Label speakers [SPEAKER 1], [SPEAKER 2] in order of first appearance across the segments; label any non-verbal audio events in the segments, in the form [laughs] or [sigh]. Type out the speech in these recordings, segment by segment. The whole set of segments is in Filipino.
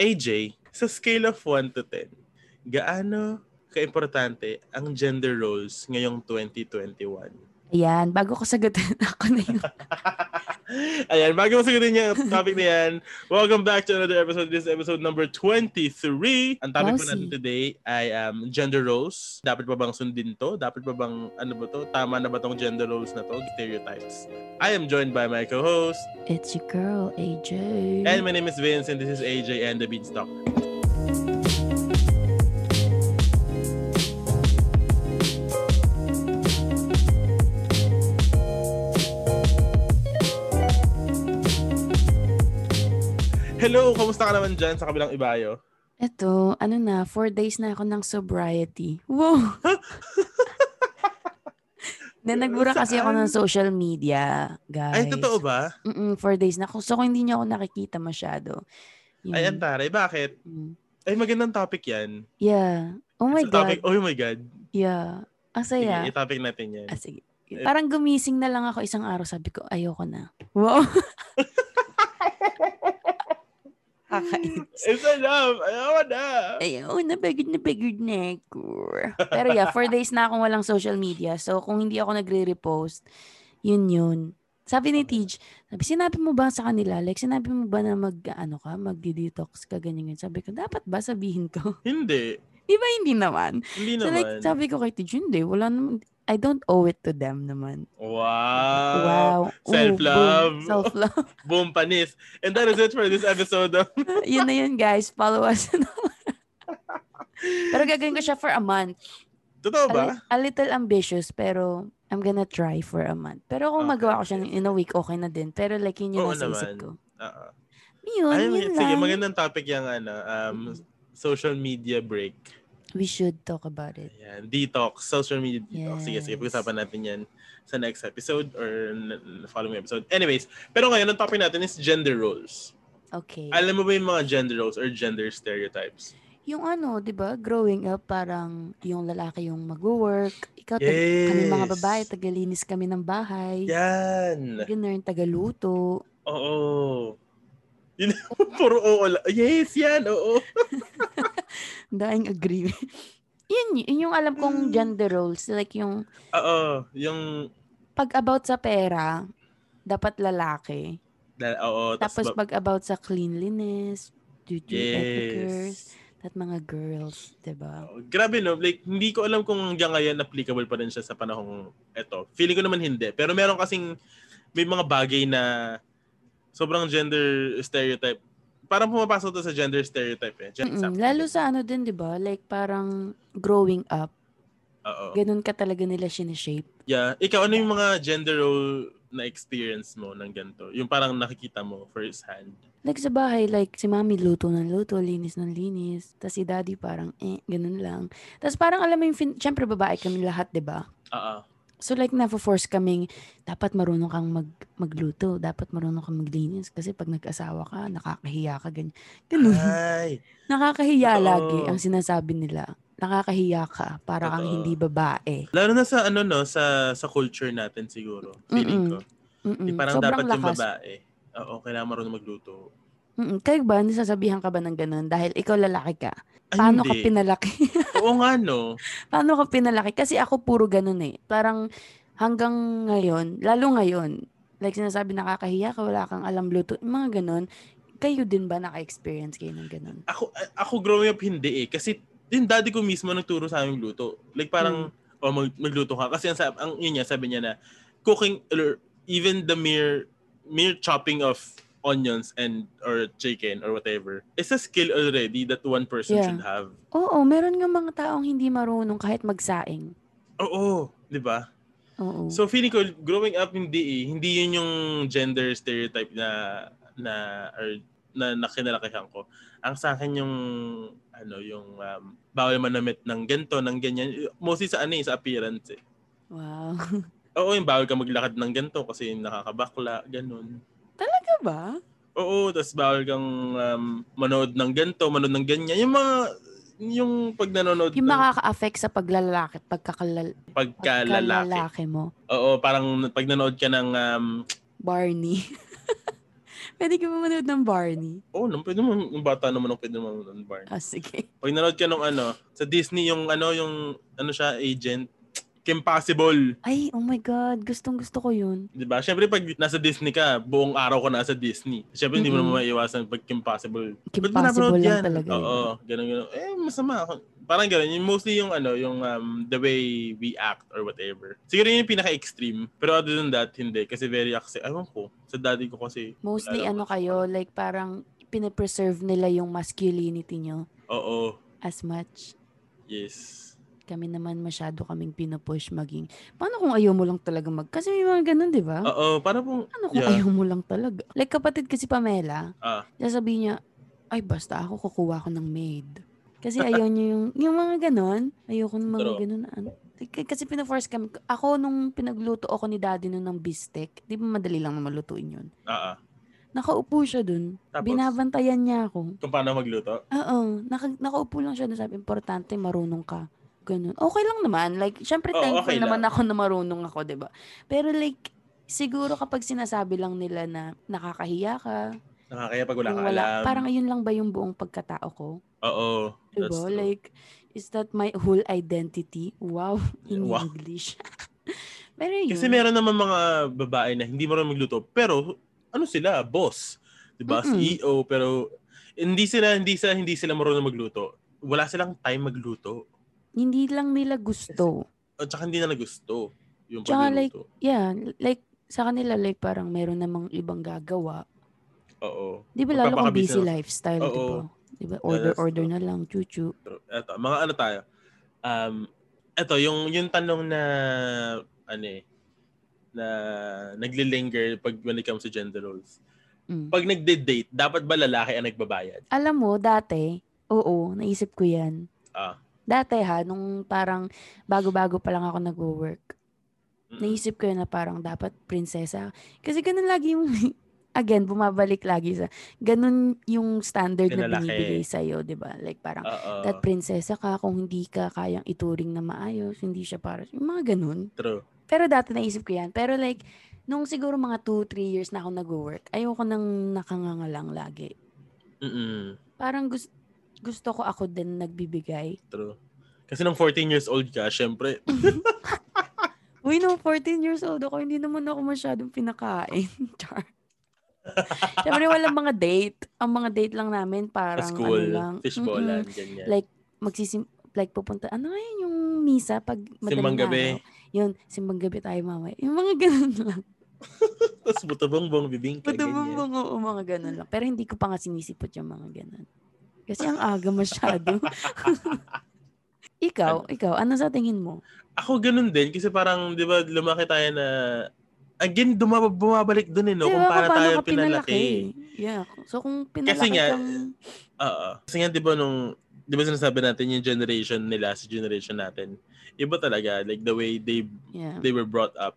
[SPEAKER 1] AJ, sa scale of 1 to 10, gaano kaimportante ang gender roles ngayong 2021?
[SPEAKER 2] Ayan, bago ko sagutin [laughs] ako na yun.
[SPEAKER 1] [laughs] Ayan, bago masagutin yung topic na yan, welcome back to another episode. This is episode number 23. Ang topic po
[SPEAKER 2] Rosie.
[SPEAKER 1] natin today ay um, gender roles. Dapat ba bang sundin to? Dapat ba bang, ano ba to? Tama na ba tong gender roles na to? Stereotypes. I am joined by my co-host,
[SPEAKER 2] It's your girl, AJ.
[SPEAKER 1] and my name is Vince, and this is AJ and the Beanstalk. Hello, kamusta ka naman dyan sa kabilang ibayo?
[SPEAKER 2] Ito, ano na, four days na ako ng sobriety.
[SPEAKER 1] [laughs]
[SPEAKER 2] Wow! na nagbura kasi ako ng social media,
[SPEAKER 1] Ay,
[SPEAKER 2] guys.
[SPEAKER 1] totoo ba?
[SPEAKER 2] Mm-mm, four days na. So, kung hindi niyo ako nakikita masyado. Yun.
[SPEAKER 1] Ay, antare, bakit?
[SPEAKER 2] Mm.
[SPEAKER 1] Ay, magandang topic yan.
[SPEAKER 2] Yeah. Oh my
[SPEAKER 1] Sa topic,
[SPEAKER 2] God.
[SPEAKER 1] oh my God.
[SPEAKER 2] Yeah. Ang
[SPEAKER 1] Sige,
[SPEAKER 2] saya.
[SPEAKER 1] i-topic natin yan.
[SPEAKER 2] Ah, sige. Parang gumising na lang ako isang araw. Sabi ko, ayoko na.
[SPEAKER 1] [laughs]
[SPEAKER 2] Wow. [laughs] Kakainis.
[SPEAKER 1] It's enough! Ayaw na!
[SPEAKER 2] Ayun, nabagod na bagod na ako. Pero yeah,
[SPEAKER 1] [laughs]
[SPEAKER 2] four days na akong walang social media. So, kung hindi ako nagre-repost, yun yun. Sabi ni Tej, sabi, sinabi mo ba sa kanila? Like, sinabi mo ba na mag, ano ka, magdi-detox ka, ganyan yun. Sabi ko, dapat ba sabihin ko? [laughs]
[SPEAKER 1] Hindi.
[SPEAKER 2] Di ba hindi naman?
[SPEAKER 1] Hindi
[SPEAKER 2] So,
[SPEAKER 1] naman.
[SPEAKER 2] like, sabi ko kay Tej, hindi, wala naman. I don't owe it to them naman.
[SPEAKER 1] Wow.
[SPEAKER 2] wow. Oo,
[SPEAKER 1] Ah, self-love.
[SPEAKER 2] boom. Self-love. [laughs]
[SPEAKER 1] Boom, panis. And that is it for this episode of
[SPEAKER 2] yun na yun, guys. Follow us. [laughs] Pero gagawin ko siya for a month.
[SPEAKER 1] Totoo
[SPEAKER 2] a,
[SPEAKER 1] ba?
[SPEAKER 2] li- a little ambitious pero I'm gonna try for a month. Pero kung
[SPEAKER 1] Okay,
[SPEAKER 2] magawa ko siya
[SPEAKER 1] okay,
[SPEAKER 2] in a week, okay na din. Pero like yun yung
[SPEAKER 1] Oo
[SPEAKER 2] nasa
[SPEAKER 1] naman.
[SPEAKER 2] isip ko.
[SPEAKER 1] Oo.
[SPEAKER 2] Yun,
[SPEAKER 1] Ayun,
[SPEAKER 2] yun
[SPEAKER 1] Uh-uh. sige,
[SPEAKER 2] lang.
[SPEAKER 1] magandang topic yung ano, um, social media break.
[SPEAKER 2] We should talk about it.
[SPEAKER 1] Ayan, detox, social media detox. Sige, sige,
[SPEAKER 2] Yes.
[SPEAKER 1] pag-usapan natin yan sa next episode or n- following episode. Anyways, pero ngayon ang topic natin is gender roles.
[SPEAKER 2] Okay.
[SPEAKER 1] Alam mo ba yung mga gender roles or gender stereotypes?
[SPEAKER 2] yung ano, 'di ba? Growing up parang yung lalaki yung mag-work, ikaw tag- kami
[SPEAKER 1] Yes!
[SPEAKER 2] mga babae tagalinis kami ng bahay.
[SPEAKER 1] Yan!
[SPEAKER 2] Ganun, tagaluto.
[SPEAKER 1] Oo. Yun, [laughs] puro oo. lang. Yes, yan, oo.
[SPEAKER 2] Ang Daing agree. [laughs] yun, yun yung alam
[SPEAKER 1] Hmm.
[SPEAKER 2] kong gender roles. Like yung
[SPEAKER 1] Oo, yung...
[SPEAKER 2] pag about sa pera, dapat lalaki.
[SPEAKER 1] dal- Oo, tas
[SPEAKER 2] Tapos
[SPEAKER 1] ba-
[SPEAKER 2] pag about sa cleanliness, duty etiquettes,
[SPEAKER 1] Yes.
[SPEAKER 2] at mga girls, 'di ba?
[SPEAKER 1] Oh, Grabe no, like hindi ko alam kung hanggang ngayon applicable pa rin siya sa panahong eto. Feeling ko naman hindi. Pero meron kasing may mga bagay na sobrang gender stereotype. Parang pumapasok to sa gender stereotype eh. Gen-
[SPEAKER 2] Mm-mm. Lalo sa ano din, 'di ba? Like parang growing up,
[SPEAKER 1] Oo.
[SPEAKER 2] ganun ka talaga nila sinishape.
[SPEAKER 1] Yeah. Ikaw, ano yung mga gender role na experience mo ng ganito? Yung parang nakikita mo first hand.
[SPEAKER 2] Like sa bahay, like si mami luto ng luto, linis ng linis. Tapos si daddy parang eh, ganun lang. Tapos parang alam mo yung, fin- syempre babae kami lahat, 'di ba?
[SPEAKER 1] Oo.
[SPEAKER 2] So like na-force kaming dapat marunong kang mag magluto, dapat marunong kang maglinis kasi pag nag-asawa ka, nakakahiya ka ganyan. Ganun.
[SPEAKER 1] Ay.
[SPEAKER 2] Nakakahiya
[SPEAKER 1] Totoo.
[SPEAKER 2] lagi ang sinasabi nila. Nakakahiya ka para kang
[SPEAKER 1] Totoo.
[SPEAKER 2] hindi babae.
[SPEAKER 1] Lalo na sa ano no, sa sa culture natin siguro. Feeling ko.
[SPEAKER 2] Mm-mm.
[SPEAKER 1] Di parang
[SPEAKER 2] Sobrang
[SPEAKER 1] dapat yung
[SPEAKER 2] lakas.
[SPEAKER 1] babae. Oo, kailangan marunong magluto.
[SPEAKER 2] Mm-mm. Kayo ba, nasasabihan ka ba ng ganun? Dahil ikaw lalaki ka. Paano ka
[SPEAKER 1] hindi.
[SPEAKER 2] pinalaki? [laughs]
[SPEAKER 1] Oo nga no.
[SPEAKER 2] Paano ka pinalaki? Kasi ako puro ganun eh. Parang hanggang ngayon, lalo ngayon, like sinasabi nakakahiya ka, wala kang alam luto, yung mga ganun. Kayo din ba naka-experience kayo ng ganun?
[SPEAKER 1] ako ako growing up hindi eh kasi yung daddy ko mismo nagturo sa aming luto. Like parang oh mag, magluto ka kasi ang, sab- ang yun niya sabi niya na cooking or even the mere mere chopping of onions and or chicken or whatever is a skill already that one person
[SPEAKER 2] Yeah.
[SPEAKER 1] should have.
[SPEAKER 2] Oo, meron nga mga taong hindi marunong kahit magsaing.
[SPEAKER 1] Oo, 'di ba?
[SPEAKER 2] Oo.
[SPEAKER 1] So feeling ko growing up hindi eh, hindi yun yung gender stereotype na na or na nakinalakihan ko. Ang sa akin yung ano yung um, bawal manamit ng ganito, ng ganyan. Mostly sa ano eh, sa appearance eh.
[SPEAKER 2] wow.
[SPEAKER 1] Oo, yung bawal ka maglakad ng ganito kasi nakakabakla, ganun.
[SPEAKER 2] Talaga ba?
[SPEAKER 1] Oo, tas bawal kang um, manood ng ganito, manood ng ganyan. Yung mga yung pag nanonood
[SPEAKER 2] Yung
[SPEAKER 1] ng
[SPEAKER 2] makaka-affect sa paglalaki, pagkakalal-
[SPEAKER 1] pagkalalaki.
[SPEAKER 2] pagkalalaki mo.
[SPEAKER 1] Oo, parang pag nanood ka ng um,
[SPEAKER 2] Barney. [laughs] Pwede ka ba manood ng Barney?
[SPEAKER 1] Oo, oh, pwede naman. Yung bata naman ang pwede naman manood ng Barney.
[SPEAKER 2] Ah, sige.
[SPEAKER 1] Pag nanood ka nung ano, sa Disney yung ano, yung ano siya, agent, Kim Possible.
[SPEAKER 2] Ay, oh my God. Gustong gusto ko yun.
[SPEAKER 1] Di ba? Siyempre, pag nasa Disney ka, buong araw ka nasa Disney. Siyempre, hindi mo
[SPEAKER 2] Mm-mm.
[SPEAKER 1] naman maiiwasan pag Kim Possible.
[SPEAKER 2] Kim
[SPEAKER 1] Ba't mo napanood
[SPEAKER 2] Possible lang
[SPEAKER 1] yan?
[SPEAKER 2] talaga. yun.
[SPEAKER 1] Oo, ganun, ganun. Eh, masama ako. Parang ganun. Yung mostly yung ano, yung um, the way we act or whatever. Siguro yun yung pinaka-extreme. Pero other than that, hindi. Kasi very accept. Ewan ko. Sa daddy ko kasi.
[SPEAKER 2] Mostly
[SPEAKER 1] Wala
[SPEAKER 2] ano
[SPEAKER 1] naman.
[SPEAKER 2] kayo, like parang pinapreserve nila yung masculinity nyo
[SPEAKER 1] Oo.
[SPEAKER 2] as much.
[SPEAKER 1] Yes.
[SPEAKER 2] Kami naman masyado kaming pinupush maging, paano kung ayaw mo lang talaga mag, kasi may mga ganun, di ba?
[SPEAKER 1] Oo. Para pong,
[SPEAKER 2] Ano kung
[SPEAKER 1] yeah.
[SPEAKER 2] ayaw mo lang talaga? Like kapatid kasi Pamela,
[SPEAKER 1] Ah.
[SPEAKER 2] sasabihin niya, ay basta ako kukuha ko ng maid.
[SPEAKER 1] [laughs]
[SPEAKER 2] Kasi ayaw niya yung, yung mga ganon, ayaw ko ng mga
[SPEAKER 1] True.
[SPEAKER 2] ganon. na ano. K- Kasi pinaforce kami. Ako nung pinagluto ako ni daddy nun ng bistek, di ba madali lang naman lutuin yun.
[SPEAKER 1] Ah, ah.
[SPEAKER 2] Nakaupo siya dun.
[SPEAKER 1] Tapos?
[SPEAKER 2] Binabantayan niya ako.
[SPEAKER 1] Kung paano magluto?
[SPEAKER 2] Oo, naka, nakaupo lang siya na sabi, importante marunong ka. Ganun. Okay lang naman. Like, syempre
[SPEAKER 1] Oo,
[SPEAKER 2] thankful
[SPEAKER 1] okay
[SPEAKER 2] naman ako na marunong ako, 'di ba Pero like, siguro kapag sinasabi lang nila na nakakahiya ka,
[SPEAKER 1] Nakakaya pag wala
[SPEAKER 2] yung
[SPEAKER 1] ka
[SPEAKER 2] wala,
[SPEAKER 1] alam.
[SPEAKER 2] parang ayun lang ba yung buong pagkatao ko?
[SPEAKER 1] Oo.
[SPEAKER 2] Diba?
[SPEAKER 1] That's true.
[SPEAKER 2] Like, is that my whole identity?
[SPEAKER 1] [laughs]
[SPEAKER 2] Wow, in
[SPEAKER 1] Wow.
[SPEAKER 2] English. [laughs] Pero yun.
[SPEAKER 1] Kasi meron naman mga babae na hindi marunong magluto, pero ano sila, boss, diba? 'di ba?
[SPEAKER 2] Mm-mm.
[SPEAKER 1] CEO, pero hindi sila hindi sila hindi sila marunong magluto. Wala silang time magluto.
[SPEAKER 2] hindi lang nila gusto.
[SPEAKER 1] At saka hindi nila gusto yung
[SPEAKER 2] Tsaka
[SPEAKER 1] pagluluto.
[SPEAKER 2] Yeah, like, sa kanila, like, parang meron namang ibang gagawaka
[SPEAKER 1] Oo.
[SPEAKER 2] Di ba lalo kung
[SPEAKER 1] Magpapakabis
[SPEAKER 2] busy
[SPEAKER 1] na-
[SPEAKER 2] lifestyle, di
[SPEAKER 1] Oo.
[SPEAKER 2] ba? Di ba? Order,
[SPEAKER 1] that's
[SPEAKER 2] order na lang, chuchu.
[SPEAKER 1] Pero eto, mga ano tayo. Um eto yung yung tanong na ano eh na naglilinger pag when it comes to gender roles.
[SPEAKER 2] Mm.
[SPEAKER 1] Pag nagde-date, dapat ba lalaki ang nagbabayad?
[SPEAKER 2] Alam mo, dati, oo, naisip ko yan.
[SPEAKER 1] Ah.
[SPEAKER 2] Dati ha, nung parang bago-bago pa lang ako nag-work,
[SPEAKER 1] Mm.
[SPEAKER 2] naisip ko yun na parang dapat prinsesa. Kasi ganun lagi yung, [laughs] again, bumabalik lagi sa, ganun yung standard na
[SPEAKER 1] Pinalaki.
[SPEAKER 2] binibigay sa'yo, di ba? Like parang,
[SPEAKER 1] Mm. Oo.
[SPEAKER 2] that prinsesa ka, kung hindi ka kayang ituring na maayos, hindi siya para, yung mga ganun.
[SPEAKER 1] True.
[SPEAKER 2] Pero dati naisip ko yan. Pero like, nung siguro mga 2-3 years na ako nag-work, ayoko nang nakangangalang lagi.
[SPEAKER 1] Mm-mm.
[SPEAKER 2] Parang gusto, gusto ko ako din nagbibigay.
[SPEAKER 1] True. Kasi nung 14 years old ka, syempre, [laughs]
[SPEAKER 2] Uy, no, 14 years old ako, hindi naman ako masyadong pinakain. [laughs] Char. Siyempre, walang mga date. Ang mga date lang namin,
[SPEAKER 1] sa
[SPEAKER 2] parang
[SPEAKER 1] school,
[SPEAKER 2] ano lang.
[SPEAKER 1] fishballan, ganyan.
[SPEAKER 2] Like, magsisim like pupunta, ano nga yun yung misa pag madaling
[SPEAKER 1] Simbang gabi.
[SPEAKER 2] araw? Yun, simbang gabi tayo mamaya. Yung mga ganun lang.
[SPEAKER 1] Tapos butabong-bong bibing ka, ganyan.
[SPEAKER 2] Patubong oo, mga ganun lang. Pero hindi ko pa nga sinisipot yung mga ganun. Kasi ang
[SPEAKER 1] [laughs]
[SPEAKER 2] aga masyado. [laughs] ikaw, ikaw, ano sa tingin mo?
[SPEAKER 1] Ako ganun din, kasi parang, di ba, lumaki tayo na, again, dumab- bumabalik dun eh, no? Kung paano tayo pinalaki.
[SPEAKER 2] Yeah. So kung pinalaki
[SPEAKER 1] Kasi nga-
[SPEAKER 2] kang-
[SPEAKER 1] Oo. Kasi nga, di ba, nung, di ba sinasabi natin yung generation nila sa generation natin, iba talaga, like the way they
[SPEAKER 2] yeah.
[SPEAKER 1] they were brought up,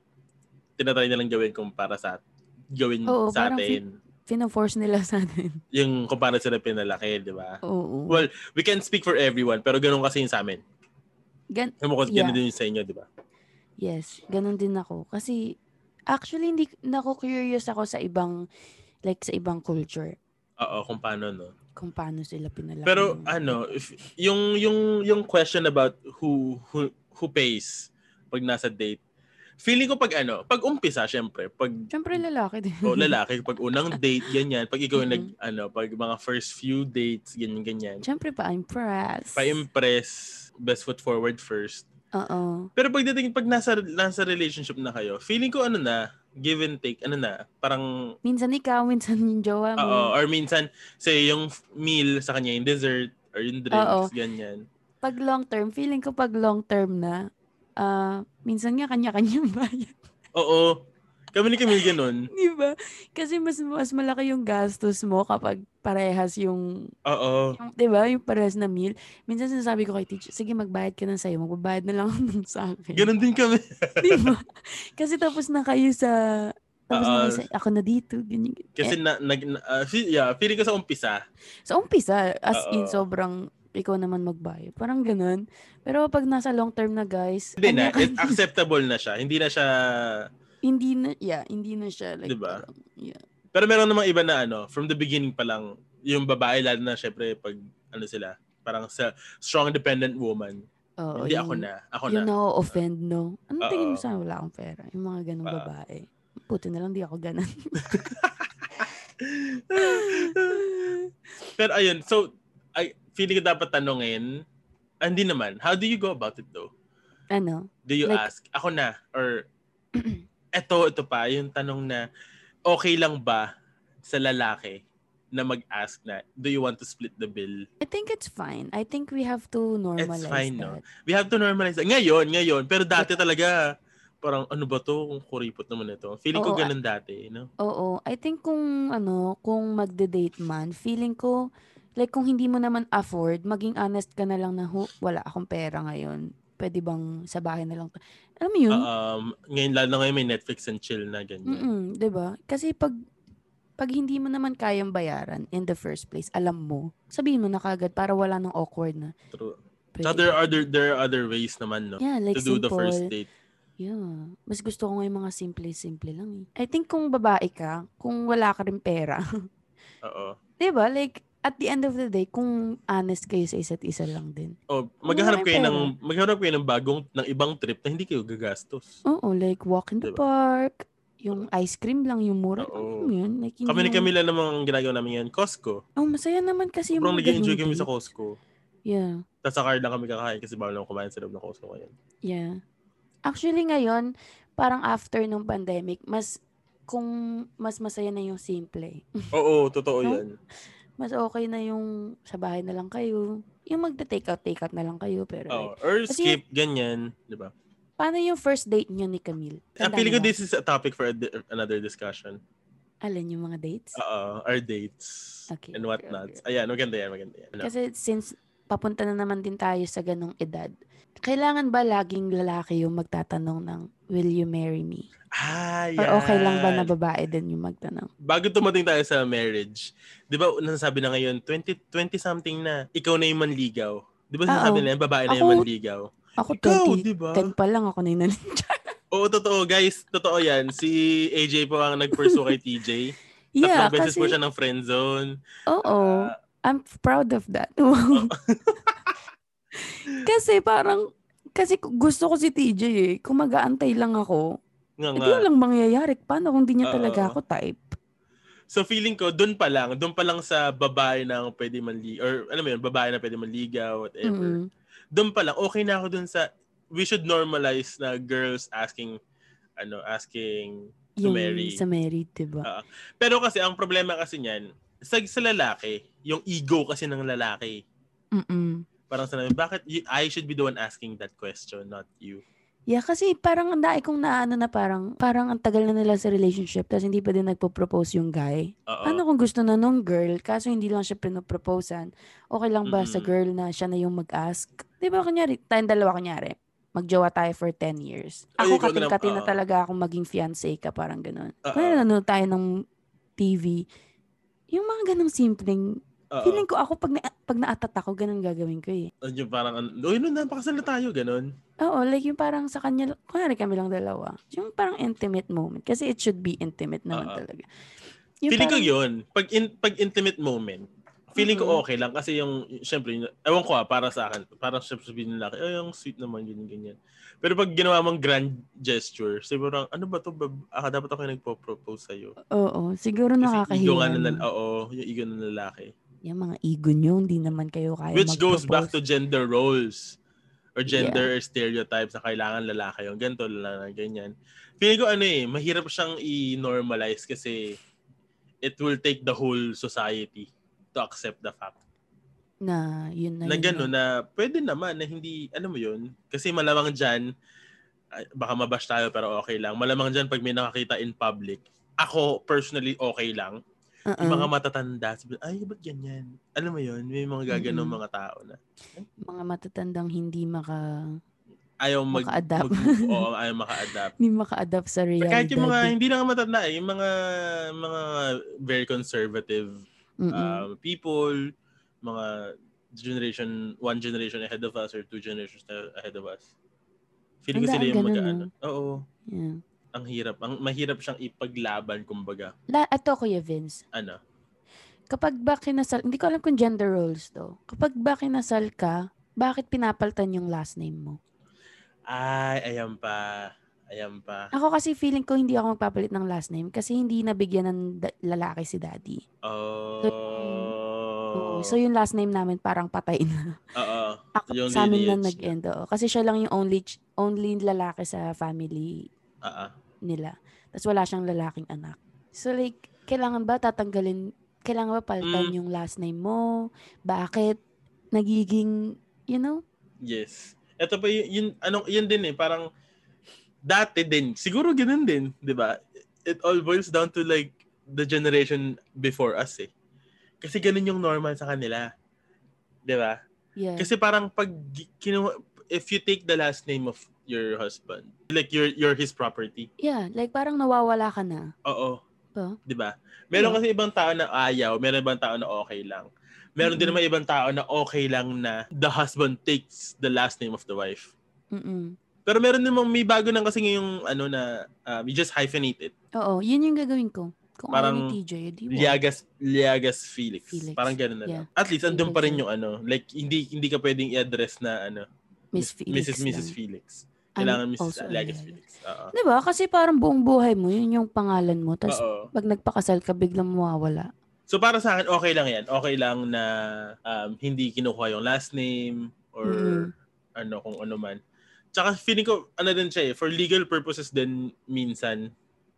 [SPEAKER 1] tinatry nilang gawin kung para sa gawin
[SPEAKER 2] Oo,
[SPEAKER 1] sa
[SPEAKER 2] parang fit-
[SPEAKER 1] atin.
[SPEAKER 2] Fina-force nila sa atin. [laughs]
[SPEAKER 1] Yung kung paano sila pinalaki, di ba?
[SPEAKER 2] Oo.
[SPEAKER 1] Well, we can speak for everyone, pero ganun kasi yun sa amin.
[SPEAKER 2] Gan-
[SPEAKER 1] Alam mo, kasi
[SPEAKER 2] Yeah.
[SPEAKER 1] ganun din yun sa inyo, di ba?
[SPEAKER 2] yes, ganun din ako. Kasi, actually, hindi, nako-curious ako sa ibang, like, sa ibang culture
[SPEAKER 1] Oo, kung paano, no?
[SPEAKER 2] kung paano sila pinalaki.
[SPEAKER 1] Pero,
[SPEAKER 2] ng-
[SPEAKER 1] ano, if, yung, yung, yung question about who, who, who pays pag nasa date, feeling ko pag ano, pag umpisa, syempre, pag
[SPEAKER 2] Siyempre, lalaki din.
[SPEAKER 1] o lalaki, pag unang date, ganyan, pag ikaw yung nag,
[SPEAKER 2] Mhm.
[SPEAKER 1] ano, pag mga first few dates, ganyan, ganyan,
[SPEAKER 2] [laughs] Siyempre, pa-impress.
[SPEAKER 1] pa-impress, best foot forward first.
[SPEAKER 2] Oo.
[SPEAKER 1] Pero pagdating pag nasa, nasa relationship na kayo, feeling ko ano na, give and take, ano na, parang
[SPEAKER 2] Minsan ikaw, [laughs] minsan yung jowa mo.
[SPEAKER 1] Oo, or minsan, say, yung f- meal sa kanya, yung dessert, or yung drinks, ganyan.
[SPEAKER 2] Pag long term, feeling ko pag long term na, ah, minsan nga kanya-kanya bayad. [laughs]
[SPEAKER 1] Oo. Kami ni Camille ganun.
[SPEAKER 2] Di ba? Kasi mas, mas malaki yung gastos mo kapag parehas yung,
[SPEAKER 1] Oo.
[SPEAKER 2] yung di ba, yung parehas na meal. Minsan sinasabi ko kay teacher, sige magbayad ka na sa'yo, magbabayad na lang [laughs] ako ng sa akin.
[SPEAKER 1] Ganun din
[SPEAKER 2] [laughs]
[SPEAKER 1] kami.
[SPEAKER 2] Di ba? Kasi tapos na kayo sa, tapos na kayo
[SPEAKER 1] Oo.
[SPEAKER 2] sa, ako na dito, ganyan. ganyan. Eh,
[SPEAKER 1] Kasi na, nag, na- ah, fe- yeah, feeling ko sa umpisa.
[SPEAKER 2] Sa umpisa, as
[SPEAKER 1] Oo.
[SPEAKER 2] in sobrang ikaw naman magbayad. Parang ganun. Pero pag nasa long term na guys,
[SPEAKER 1] Hindi na. It,
[SPEAKER 2] kanya-kanya-
[SPEAKER 1] acceptable na siya. Hindi na siya...
[SPEAKER 2] hindi na, yeah, hindi na siya. Like,
[SPEAKER 1] Diba?
[SPEAKER 2] parang, yeah.
[SPEAKER 1] Pero meron namang iba na ano, from the beginning pa lang, yung babae lalo na syempre pag ano sila, parang sa strong independent woman.
[SPEAKER 2] Oo,
[SPEAKER 1] Hindi
[SPEAKER 2] yun-
[SPEAKER 1] ako na, ako na.
[SPEAKER 2] Yun na-offend, no? Ano
[SPEAKER 1] Oo. Ah.
[SPEAKER 2] tingin mo sa akin? wala akong pera? Yung mga ganong
[SPEAKER 1] Oo.
[SPEAKER 2] babae. Puti na lang, di ako
[SPEAKER 1] [laughs]
[SPEAKER 2] ganun.
[SPEAKER 1] Pero ayun, so I feeling ko dapat tanongin. Ah, Hindi naman. How do you go about it though?
[SPEAKER 2] ano?
[SPEAKER 1] Do you
[SPEAKER 2] Like-
[SPEAKER 1] ask? Ako na or
[SPEAKER 2] [clears throat]
[SPEAKER 1] eto ito pa yung tanong na okay lang ba sa lalaki na mag-ask na do you want to split the bill?
[SPEAKER 2] I think it's fine. I think we have to normalize
[SPEAKER 1] fine, no?
[SPEAKER 2] that.
[SPEAKER 1] We have to normalize that. Ngayon, ngayon. Pero dati talaga, parang ano ba to? Ang kuripot naman ito. Feeling ko
[SPEAKER 2] Oo,
[SPEAKER 1] ganun dati, you know?
[SPEAKER 2] Oo. I think kung ano, kung magde-date man, feeling ko, like kung hindi mo naman afford, maging honest ka na lang na, "Hu, wala akong pera ngayon. Pwede bang sa bahay na lang? to?" Alam mo yun?
[SPEAKER 1] Um, ngayon, lalo na ngayon may Netflix and chill na ganyan.
[SPEAKER 2] Hmm? Mm-mm, 'di ba? Kasi pag pag hindi mo naman kayang bayaran in the first place, alam mo, sabihin mo na kagad para wala nang awkward na.
[SPEAKER 1] True.
[SPEAKER 2] Pwede
[SPEAKER 1] So there
[SPEAKER 2] ba?
[SPEAKER 1] are other, there are other ways naman, no?
[SPEAKER 2] yeah, like
[SPEAKER 1] to do
[SPEAKER 2] simple.
[SPEAKER 1] the first date.
[SPEAKER 2] Yeah. Mas gusto ko nga yung mga simple-simple lang eh. I think kung babae ka, kung wala ka rin pera, [laughs]
[SPEAKER 1] Oo.
[SPEAKER 2] 'di ba? Like at the end of the day, kung honest kayo sa isa't isa lang din.
[SPEAKER 1] Oh, maghahanap
[SPEAKER 2] may
[SPEAKER 1] kayo
[SPEAKER 2] pera.
[SPEAKER 1] ng maghahanap kayo ng bagong ng ibang trip na hindi kayo gagastos.
[SPEAKER 2] Oo, like walk in the
[SPEAKER 1] Diba?
[SPEAKER 2] park, yung ice cream lang yung mura.
[SPEAKER 1] Oo.
[SPEAKER 2] Alam mo yun? Like, hindi
[SPEAKER 1] Kami ni
[SPEAKER 2] yung-
[SPEAKER 1] Camila namang ang ginagawa namin yan, Costco.
[SPEAKER 2] Oh, masaya naman kasi yung
[SPEAKER 1] Sobrang
[SPEAKER 2] mga ganung
[SPEAKER 1] nag-enjoy kami
[SPEAKER 2] date.
[SPEAKER 1] sa Costco.
[SPEAKER 2] Yeah.
[SPEAKER 1] Tapos sa car lang kami kakain kasi bawal lang kumain sa loob ng Costco ngayon.
[SPEAKER 2] Yeah. Actually ngayon, parang after nung pandemic, mas kung mas masaya na yung simple.
[SPEAKER 1] Oo, totoo
[SPEAKER 2] No?
[SPEAKER 1] yan.
[SPEAKER 2] Mas okay na yung sa bahay na lang kayo. Yung magte-take out, take out na lang kayo. Pero
[SPEAKER 1] Oh,
[SPEAKER 2] like,
[SPEAKER 1] or
[SPEAKER 2] Kasi
[SPEAKER 1] skip, ganyan. Di ba?
[SPEAKER 2] paano yung first date nyo ni Camille?
[SPEAKER 1] Ang Ah,
[SPEAKER 2] Tanda
[SPEAKER 1] feeling
[SPEAKER 2] niyo
[SPEAKER 1] ko
[SPEAKER 2] ba?
[SPEAKER 1] this is a topic for a di- another discussion.
[SPEAKER 2] Alin yung mga dates?
[SPEAKER 1] Oo, our dates
[SPEAKER 2] Okay,
[SPEAKER 1] and
[SPEAKER 2] okay,
[SPEAKER 1] what Ayan, maganda yan, maganda yan. Ano?
[SPEAKER 2] Kasi since papunta na naman din tayo sa ganong edad, kailangan ba laging lalaki yung magtatanong ng, will you marry me?
[SPEAKER 1] Ah,
[SPEAKER 2] Or okay lang ba
[SPEAKER 1] yan.
[SPEAKER 2] na babae din yung magtanong?
[SPEAKER 1] bago tumating tayo sa marriage, 'di ba, nasasabi na ngayon 20 20 something na ikaw na 'yung manligaw. 'Di ba sinasabi
[SPEAKER 2] Oo.
[SPEAKER 1] nila, 'yan, babae na
[SPEAKER 2] Ah, oh. Ako,
[SPEAKER 1] 'yung manligaw.
[SPEAKER 2] Ako
[SPEAKER 1] Ikaw,
[SPEAKER 2] 20,
[SPEAKER 1] 'di ba?
[SPEAKER 2] 10 pa lang ako na yung nan-
[SPEAKER 1] Oo, totoo, guys. Totoo 'yan. Si AJ po ang nag-pursue kay TJ.
[SPEAKER 2] [laughs] Yeah,
[SPEAKER 1] Tatlong beses
[SPEAKER 2] kasi,
[SPEAKER 1] po siya ng friend zone.
[SPEAKER 2] oo, I'm proud of [laughs] that. kasi parang, kasi gusto ko si TJ eh. Kung mag-aantay lang ako,
[SPEAKER 1] Nga
[SPEAKER 2] hindi
[SPEAKER 1] nga.
[SPEAKER 2] walang mangyayari. Paano kung di niya
[SPEAKER 1] Oo.
[SPEAKER 2] talaga ako type?
[SPEAKER 1] So feeling ko doon pa lang, doon pa lang sa babae na ang pwede manligaw or alam mo 'yun, babae na pwede manligaw whatever.
[SPEAKER 2] Mm-mm.
[SPEAKER 1] Doon pa lang okay na ako doon sa we should normalize na girls asking ano, asking To
[SPEAKER 2] Yung
[SPEAKER 1] marry.
[SPEAKER 2] sa Mary, diba?
[SPEAKER 1] Ah. Pero kasi ang problema kasi niyan, sa, sa lalaki, yung ego kasi ng lalaki.
[SPEAKER 2] Mm-mm.
[SPEAKER 1] Parang sa namin, bakit y- I should be the one asking that question, not you.
[SPEAKER 2] Yeah, kasi parang ang dai kong naano na parang, parang ang tagal na nila sa relationship tapos hindi pa din nagpo-propose yung guy.
[SPEAKER 1] Oo.
[SPEAKER 2] Ano kung gusto na nung girl, kaso hindi lang siya pinoproposan, okay lang ba sa
[SPEAKER 1] Mm-mm.
[SPEAKER 2] girl na siya na yung mag-ask? Di ba, kunyari, tayong dalawa kunyari, magjowa tayo for 10 years.
[SPEAKER 1] Ay,
[SPEAKER 2] Ako
[SPEAKER 1] ikaw na lang,
[SPEAKER 2] kating-kating na
[SPEAKER 1] oo.
[SPEAKER 2] talaga akong maging fiancé ka, parang ganun.
[SPEAKER 1] Oo.
[SPEAKER 2] Kunyari, nanonood tayo ng TV, yung mga ganong simpleng,
[SPEAKER 1] Oo.
[SPEAKER 2] feeling ko ako, pag, na, pag naatat ako, ganun gagawin ko eh.
[SPEAKER 1] Ano Yung parang, ano, uy, nun, napakasal na tayo, ganun.
[SPEAKER 2] Oo, like yung parang sa kanya, kunyari kami lang dalawa, yung parang intimate moment, kasi it should be intimate naman
[SPEAKER 1] Oo.
[SPEAKER 2] talaga. Yung
[SPEAKER 1] feeling
[SPEAKER 2] parang-
[SPEAKER 1] ko yun, pag, in- pag intimate moment, feeling
[SPEAKER 2] Mhm.
[SPEAKER 1] ko okay lang kasi yung, yung- syempre, yung, ewan ko ah, para sa akin, parang syempre sabihin ng lalaki, ay, ang sweet naman, ganyan, ganyan. Pero pag ginawa mong grand gesture, siguro, ano ba to, bab- ah, dapat ako yung nagpo-propose sa'yo.
[SPEAKER 2] Oo, siguro
[SPEAKER 1] Kasi ego nga
[SPEAKER 2] nakakahiya.
[SPEAKER 1] ng
[SPEAKER 2] no?
[SPEAKER 1] lal- oo, yung ego ng lalaki.
[SPEAKER 2] Yung mga ego nyo, hindi naman kayo kaya
[SPEAKER 1] Which goes back to
[SPEAKER 2] mag-propose.
[SPEAKER 1] gender roles or gender stereotypes na kailangan lalaki yung ganito, lalaki yung ganyan. Feeling ko ano eh, mahirap siyang i-normalize kasi it will take the whole society to accept the fact
[SPEAKER 2] na yun na
[SPEAKER 1] na
[SPEAKER 2] yun
[SPEAKER 1] gano'n
[SPEAKER 2] na.
[SPEAKER 1] na pwede naman na hindi, ano mo yun, kasi malamang dyan, ay, baka mabash tayo pero okay lang, malamang dyan pag may nakakita in public, ako personally okay lang,
[SPEAKER 2] Uh-uh.
[SPEAKER 1] Yung mga matatanda, sabi, ay, ba't ganyan? Alam mo yun, may mga gaganong
[SPEAKER 2] Mm-mm.
[SPEAKER 1] mga tao na
[SPEAKER 2] Mga matatandang hindi maka
[SPEAKER 1] ayaw mag,
[SPEAKER 2] Maka-adapt.
[SPEAKER 1] mag- oo, ayaw maka-adapt.
[SPEAKER 2] hindi maka-adapt sa
[SPEAKER 1] Pero
[SPEAKER 2] [laughs] reality.
[SPEAKER 1] kahit yung mga, hindi na nga matanda eh, yung mga, mga very conservative
[SPEAKER 2] eh. Mm-mm.
[SPEAKER 1] um, people, mga generation, one generation ahead of us or two generations na ahead of us. Feeling ko
[SPEAKER 2] Ang
[SPEAKER 1] sila
[SPEAKER 2] daan
[SPEAKER 1] yung mag
[SPEAKER 2] ganun,
[SPEAKER 1] ano. Oo.
[SPEAKER 2] Yeah.
[SPEAKER 1] ang hirap. Ang mahirap siyang ipaglaban kumbaga.
[SPEAKER 2] La, ato, Kuya Vince.
[SPEAKER 1] Ano?
[SPEAKER 2] Kapag ba kinasal, hindi ko alam kung gender roles to. Kapag ba kinasal ka, bakit pinapaltan yung last name mo?
[SPEAKER 1] Ay, ayan pa. Ayan pa.
[SPEAKER 2] Ako kasi feeling ko hindi ako magpapalit ng last name kasi hindi nabigyan ng da- lalaki si daddy.
[SPEAKER 1] Oh.
[SPEAKER 2] Oo. So yung last name namin parang patay na.
[SPEAKER 1] Oo.
[SPEAKER 2] Ako,
[SPEAKER 1] Yung
[SPEAKER 2] sa amin na
[SPEAKER 1] lineage.
[SPEAKER 2] nag-end. oo. Kasi siya lang yung only, ch- only lalaki sa family
[SPEAKER 1] Oo.
[SPEAKER 2] nila. Tapos wala siyang lalaking anak. So like, kailangan ba tatanggalin, kailangan ba
[SPEAKER 1] Mm.
[SPEAKER 2] palitan yung last name mo? Bakit? Nagiging, you know?
[SPEAKER 1] Yes. Ito pa yun, yun anong yun din eh, parang dati din, siguro ganun din, 'di ba? It all boils down to like the generation before us eh. Kasi ganun yung normal sa kanila. 'Di ba?
[SPEAKER 2] Yeah.
[SPEAKER 1] Kasi parang pag gi- kinuha, if you take the last name of your husband, like you're you're his property.
[SPEAKER 2] yeah, like parang nawawala ka na.
[SPEAKER 1] Oo.
[SPEAKER 2] Oh.
[SPEAKER 1] 'Di ba? Meron
[SPEAKER 2] Yeah.
[SPEAKER 1] kasi ibang tao na ayaw, meron ibang tao na okay lang. Meron din
[SPEAKER 2] Mm-mm.
[SPEAKER 1] naman ibang tao na okay lang na the husband takes the last name of the wife.
[SPEAKER 2] Mm-mm.
[SPEAKER 1] Pero meron namang may bago nang kasi ngayong ano na um, you just hyphenate it.
[SPEAKER 2] Oo, yun yung gagawin ko. Kung
[SPEAKER 1] Parang
[SPEAKER 2] parang, ayaw ni TJ, di mo.
[SPEAKER 1] Liagas Liagas Felix.
[SPEAKER 2] Felix.
[SPEAKER 1] Parang ganun na
[SPEAKER 2] Yeah.
[SPEAKER 1] lang. At least andun
[SPEAKER 2] Felix
[SPEAKER 1] pa rin
[SPEAKER 2] lang.
[SPEAKER 1] yung ano, like hindi hindi ka pwedeng i-address na ano,
[SPEAKER 2] Miss Felix
[SPEAKER 1] Mrs.
[SPEAKER 2] lang.
[SPEAKER 1] Mrs. Felix. Kailangan
[SPEAKER 2] I'm
[SPEAKER 1] Mrs.
[SPEAKER 2] also a
[SPEAKER 1] Liagas
[SPEAKER 2] Liagas.
[SPEAKER 1] Felix. Oo.
[SPEAKER 2] Diba? Kasi parang buong buhay mo, yun yung pangalan mo. Tapos
[SPEAKER 1] Oo.
[SPEAKER 2] pag nagpakasal ka, biglang mawawala.
[SPEAKER 1] So para sa akin okay lang 'yan. Okay lang na um, hindi kinukuha yung last name or
[SPEAKER 2] Mm.
[SPEAKER 1] ano kung ano man. Tsaka feeling ko ano din siya eh, for legal purposes din minsan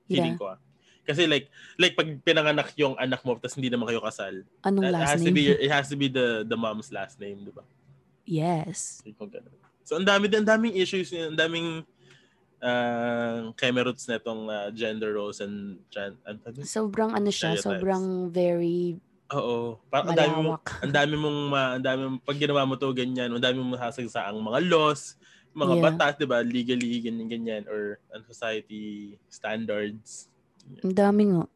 [SPEAKER 1] feeling ko.
[SPEAKER 2] Yeah.
[SPEAKER 1] ah. Kasi like like pag pinanganak yung anak mo tapos hindi naman kayo kasal,
[SPEAKER 2] Anong
[SPEAKER 1] That
[SPEAKER 2] last
[SPEAKER 1] has to
[SPEAKER 2] name?
[SPEAKER 1] be your- it has to be the the mom's last name, 'di ba?
[SPEAKER 2] Yes.
[SPEAKER 1] Yung kung ganun. So ang dami ang daming issues, niya, ang daming uh, kemerots na itong ah, gender roles and gen, and, ano?
[SPEAKER 2] Sobrang ano siya,
[SPEAKER 1] Stereotypes.
[SPEAKER 2] sobrang very
[SPEAKER 1] Oo. Parang ang dami mong
[SPEAKER 2] malawak.
[SPEAKER 1] ang dami mong ma- ang dami mong pag ginawa mo to ganyan, ang dami mong masasagsaang mga laws, mga
[SPEAKER 2] Yeah.
[SPEAKER 1] batas, 'di ba? Legally ganyan ganyan or and society standards.
[SPEAKER 2] Ang dami nga.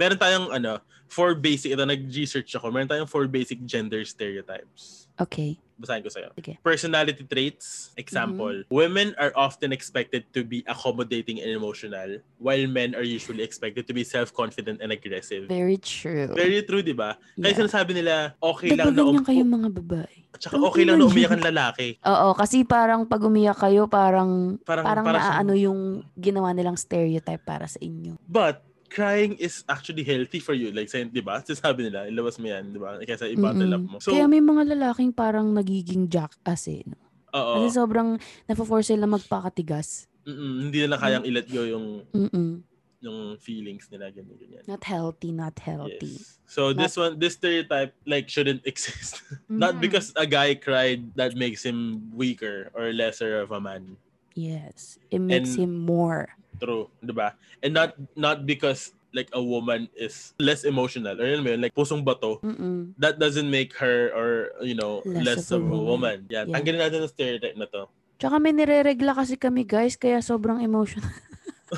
[SPEAKER 1] Meron tayong ano, four basic ito nag-research ako. Meron tayong four basic gender stereotypes.
[SPEAKER 2] Okay.
[SPEAKER 1] basahin ko sa'yo.
[SPEAKER 2] Sige. Mm-hmm.
[SPEAKER 1] Personality traits, example, women are often expected to be accommodating and emotional, while men are usually expected to be self-confident and aggressive.
[SPEAKER 2] Very true.
[SPEAKER 1] Very true, di ba? Kaya
[SPEAKER 2] Yeah.
[SPEAKER 1] sinasabi nila, okay lang na,
[SPEAKER 2] Dagdagan niya
[SPEAKER 1] um-
[SPEAKER 2] kayong mga babae.
[SPEAKER 1] tsaka okay lang na umiyak ang lalaki.
[SPEAKER 2] Oo, kasi parang pag umiyak kayo, parang
[SPEAKER 1] Parang,
[SPEAKER 2] parang,
[SPEAKER 1] parang,
[SPEAKER 2] naaano yung ginawa nilang stereotype para sa inyo.
[SPEAKER 1] But, crying is actually healthy for you. Like, sin- di ba? Sinasabi nila, ilabas mo yan, di ba? Kaysa i-bottle up mo.
[SPEAKER 2] Mm-mm.
[SPEAKER 1] So,
[SPEAKER 2] Kaya may mga lalaking parang nagiging jackass eh. No?
[SPEAKER 1] oo.
[SPEAKER 2] Kasi sobrang napo-force sila magpakatigas.
[SPEAKER 1] Mm-mm, hindi nila kayang i-let go yung,
[SPEAKER 2] Mm-mm.
[SPEAKER 1] yung feelings nila, ganyan, ganyan.
[SPEAKER 2] Not healthy, not healthy.
[SPEAKER 1] Yes. So this one, this stereotype like shouldn't [laughs] exist. Not
[SPEAKER 2] Mm.
[SPEAKER 1] because a guy cried that makes him weaker or lesser of a man.
[SPEAKER 2] Yes. It makes
[SPEAKER 1] And-
[SPEAKER 2] him more.
[SPEAKER 1] True, 'di ba? And not not because like a woman is less emotional or yun, mo yun, like pusong bato.
[SPEAKER 2] Mm-mm.
[SPEAKER 1] That doesn't make her or you know less, of, a woman. Yan.
[SPEAKER 2] Yeah.
[SPEAKER 1] Tanggalin natin ang stereotype na to.
[SPEAKER 2] Tsaka may nireregla kasi kami guys, kaya sobrang emotional. [laughs]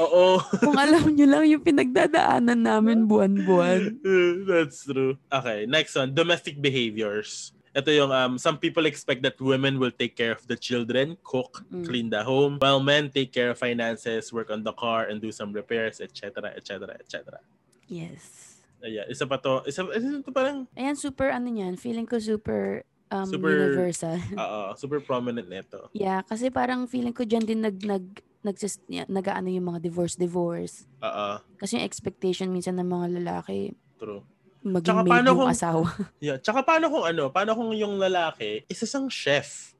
[SPEAKER 1] Oo. [laughs]
[SPEAKER 2] Kung alam nyo lang yung pinagdadaanan namin buwan-buwan.
[SPEAKER 1] [laughs] That's true. Okay, next one, domestic behaviors. Ito yung um, some people expect that women will take care of the children, cook,
[SPEAKER 2] Mm.
[SPEAKER 1] clean the home, while men take care of finances, work on the car, and do some repairs, etc., etc., etc.
[SPEAKER 2] Yes.
[SPEAKER 1] Ayan, Uh, isa pa to. Isa, isa to parang,
[SPEAKER 2] Ayan, super ano yan. Feeling ko super, um,
[SPEAKER 1] Super-
[SPEAKER 2] universal. [laughs]
[SPEAKER 1] oo, super prominent na ito.
[SPEAKER 2] yeah, kasi parang feeling ko dyan din nag, nag, nagsis- yeah, nag-ano yung mga divorce-divorce.
[SPEAKER 1] Oo,
[SPEAKER 2] Kasi yung expectation minsan ng mga lalaki,
[SPEAKER 1] true.
[SPEAKER 2] maging
[SPEAKER 1] Tsaka
[SPEAKER 2] maid
[SPEAKER 1] paano
[SPEAKER 2] yung
[SPEAKER 1] kung-
[SPEAKER 2] asawa. [laughs]
[SPEAKER 1] Yeah. Tsaka paano kung ano, paano kung yung lalaki, isa siyang chef.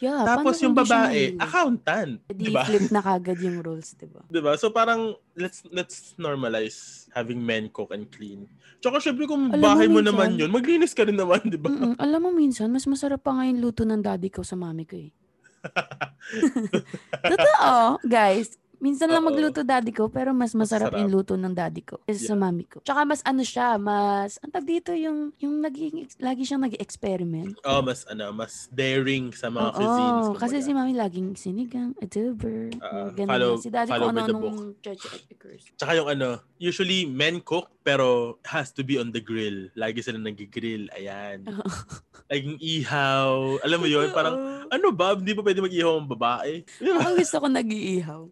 [SPEAKER 2] yeah,
[SPEAKER 1] Tapos yung
[SPEAKER 2] Ah, paano kung di siya
[SPEAKER 1] babae, Diba?
[SPEAKER 2] mahilig?
[SPEAKER 1] accountant.
[SPEAKER 2] Di
[SPEAKER 1] Di ba?
[SPEAKER 2] flip na kagad yung rules, di ba?
[SPEAKER 1] Diba? So parang let's let's normalize having men cook and clean. Tsaka syempre kung
[SPEAKER 2] Alam mo, Mm.
[SPEAKER 1] bahay mo
[SPEAKER 2] minsan-
[SPEAKER 1] naman 'yun, maglinis ka rin naman, 'di ba?
[SPEAKER 2] Mm-mm. Alam mo minsan, mas masarap pa nga yung luto ng daddy ko sa mami
[SPEAKER 1] [laughs]
[SPEAKER 2] ko eh. Totoo, guys. Minsan lang
[SPEAKER 1] Oo.
[SPEAKER 2] magluto daddy ko, pero mas masarap
[SPEAKER 1] Masarap.
[SPEAKER 2] yung luto ng daddy ko kaysa sa
[SPEAKER 1] Yeah.
[SPEAKER 2] mami ko. Tsaka mas ano siya, mas, ang tag dito yung, yung naging, ex- lagi siyang nag-experiment.
[SPEAKER 1] Oh, mas ano, mas daring sa mga
[SPEAKER 2] Oo,
[SPEAKER 1] cuisines. kumbaga.
[SPEAKER 2] kasi si mami laging sinigang, adobo,
[SPEAKER 1] Ah,
[SPEAKER 2] ganun
[SPEAKER 1] follow-
[SPEAKER 2] na. Si daddy
[SPEAKER 1] follow by
[SPEAKER 2] ko
[SPEAKER 1] the book.
[SPEAKER 2] ano-anong church eckers.
[SPEAKER 1] Tsaka yung ano, usually men cook pero has to be on the grill. Lagi sila nag-grill. Ayan.
[SPEAKER 2] Oo.
[SPEAKER 1] Laging ihaw.
[SPEAKER 2] [laughs]
[SPEAKER 1] Alam mo 'yun, parang ano ba, hindi ba pwede mag-ihaw ang babae? Di ba?
[SPEAKER 2] Ang gusto ko nag-iihaw.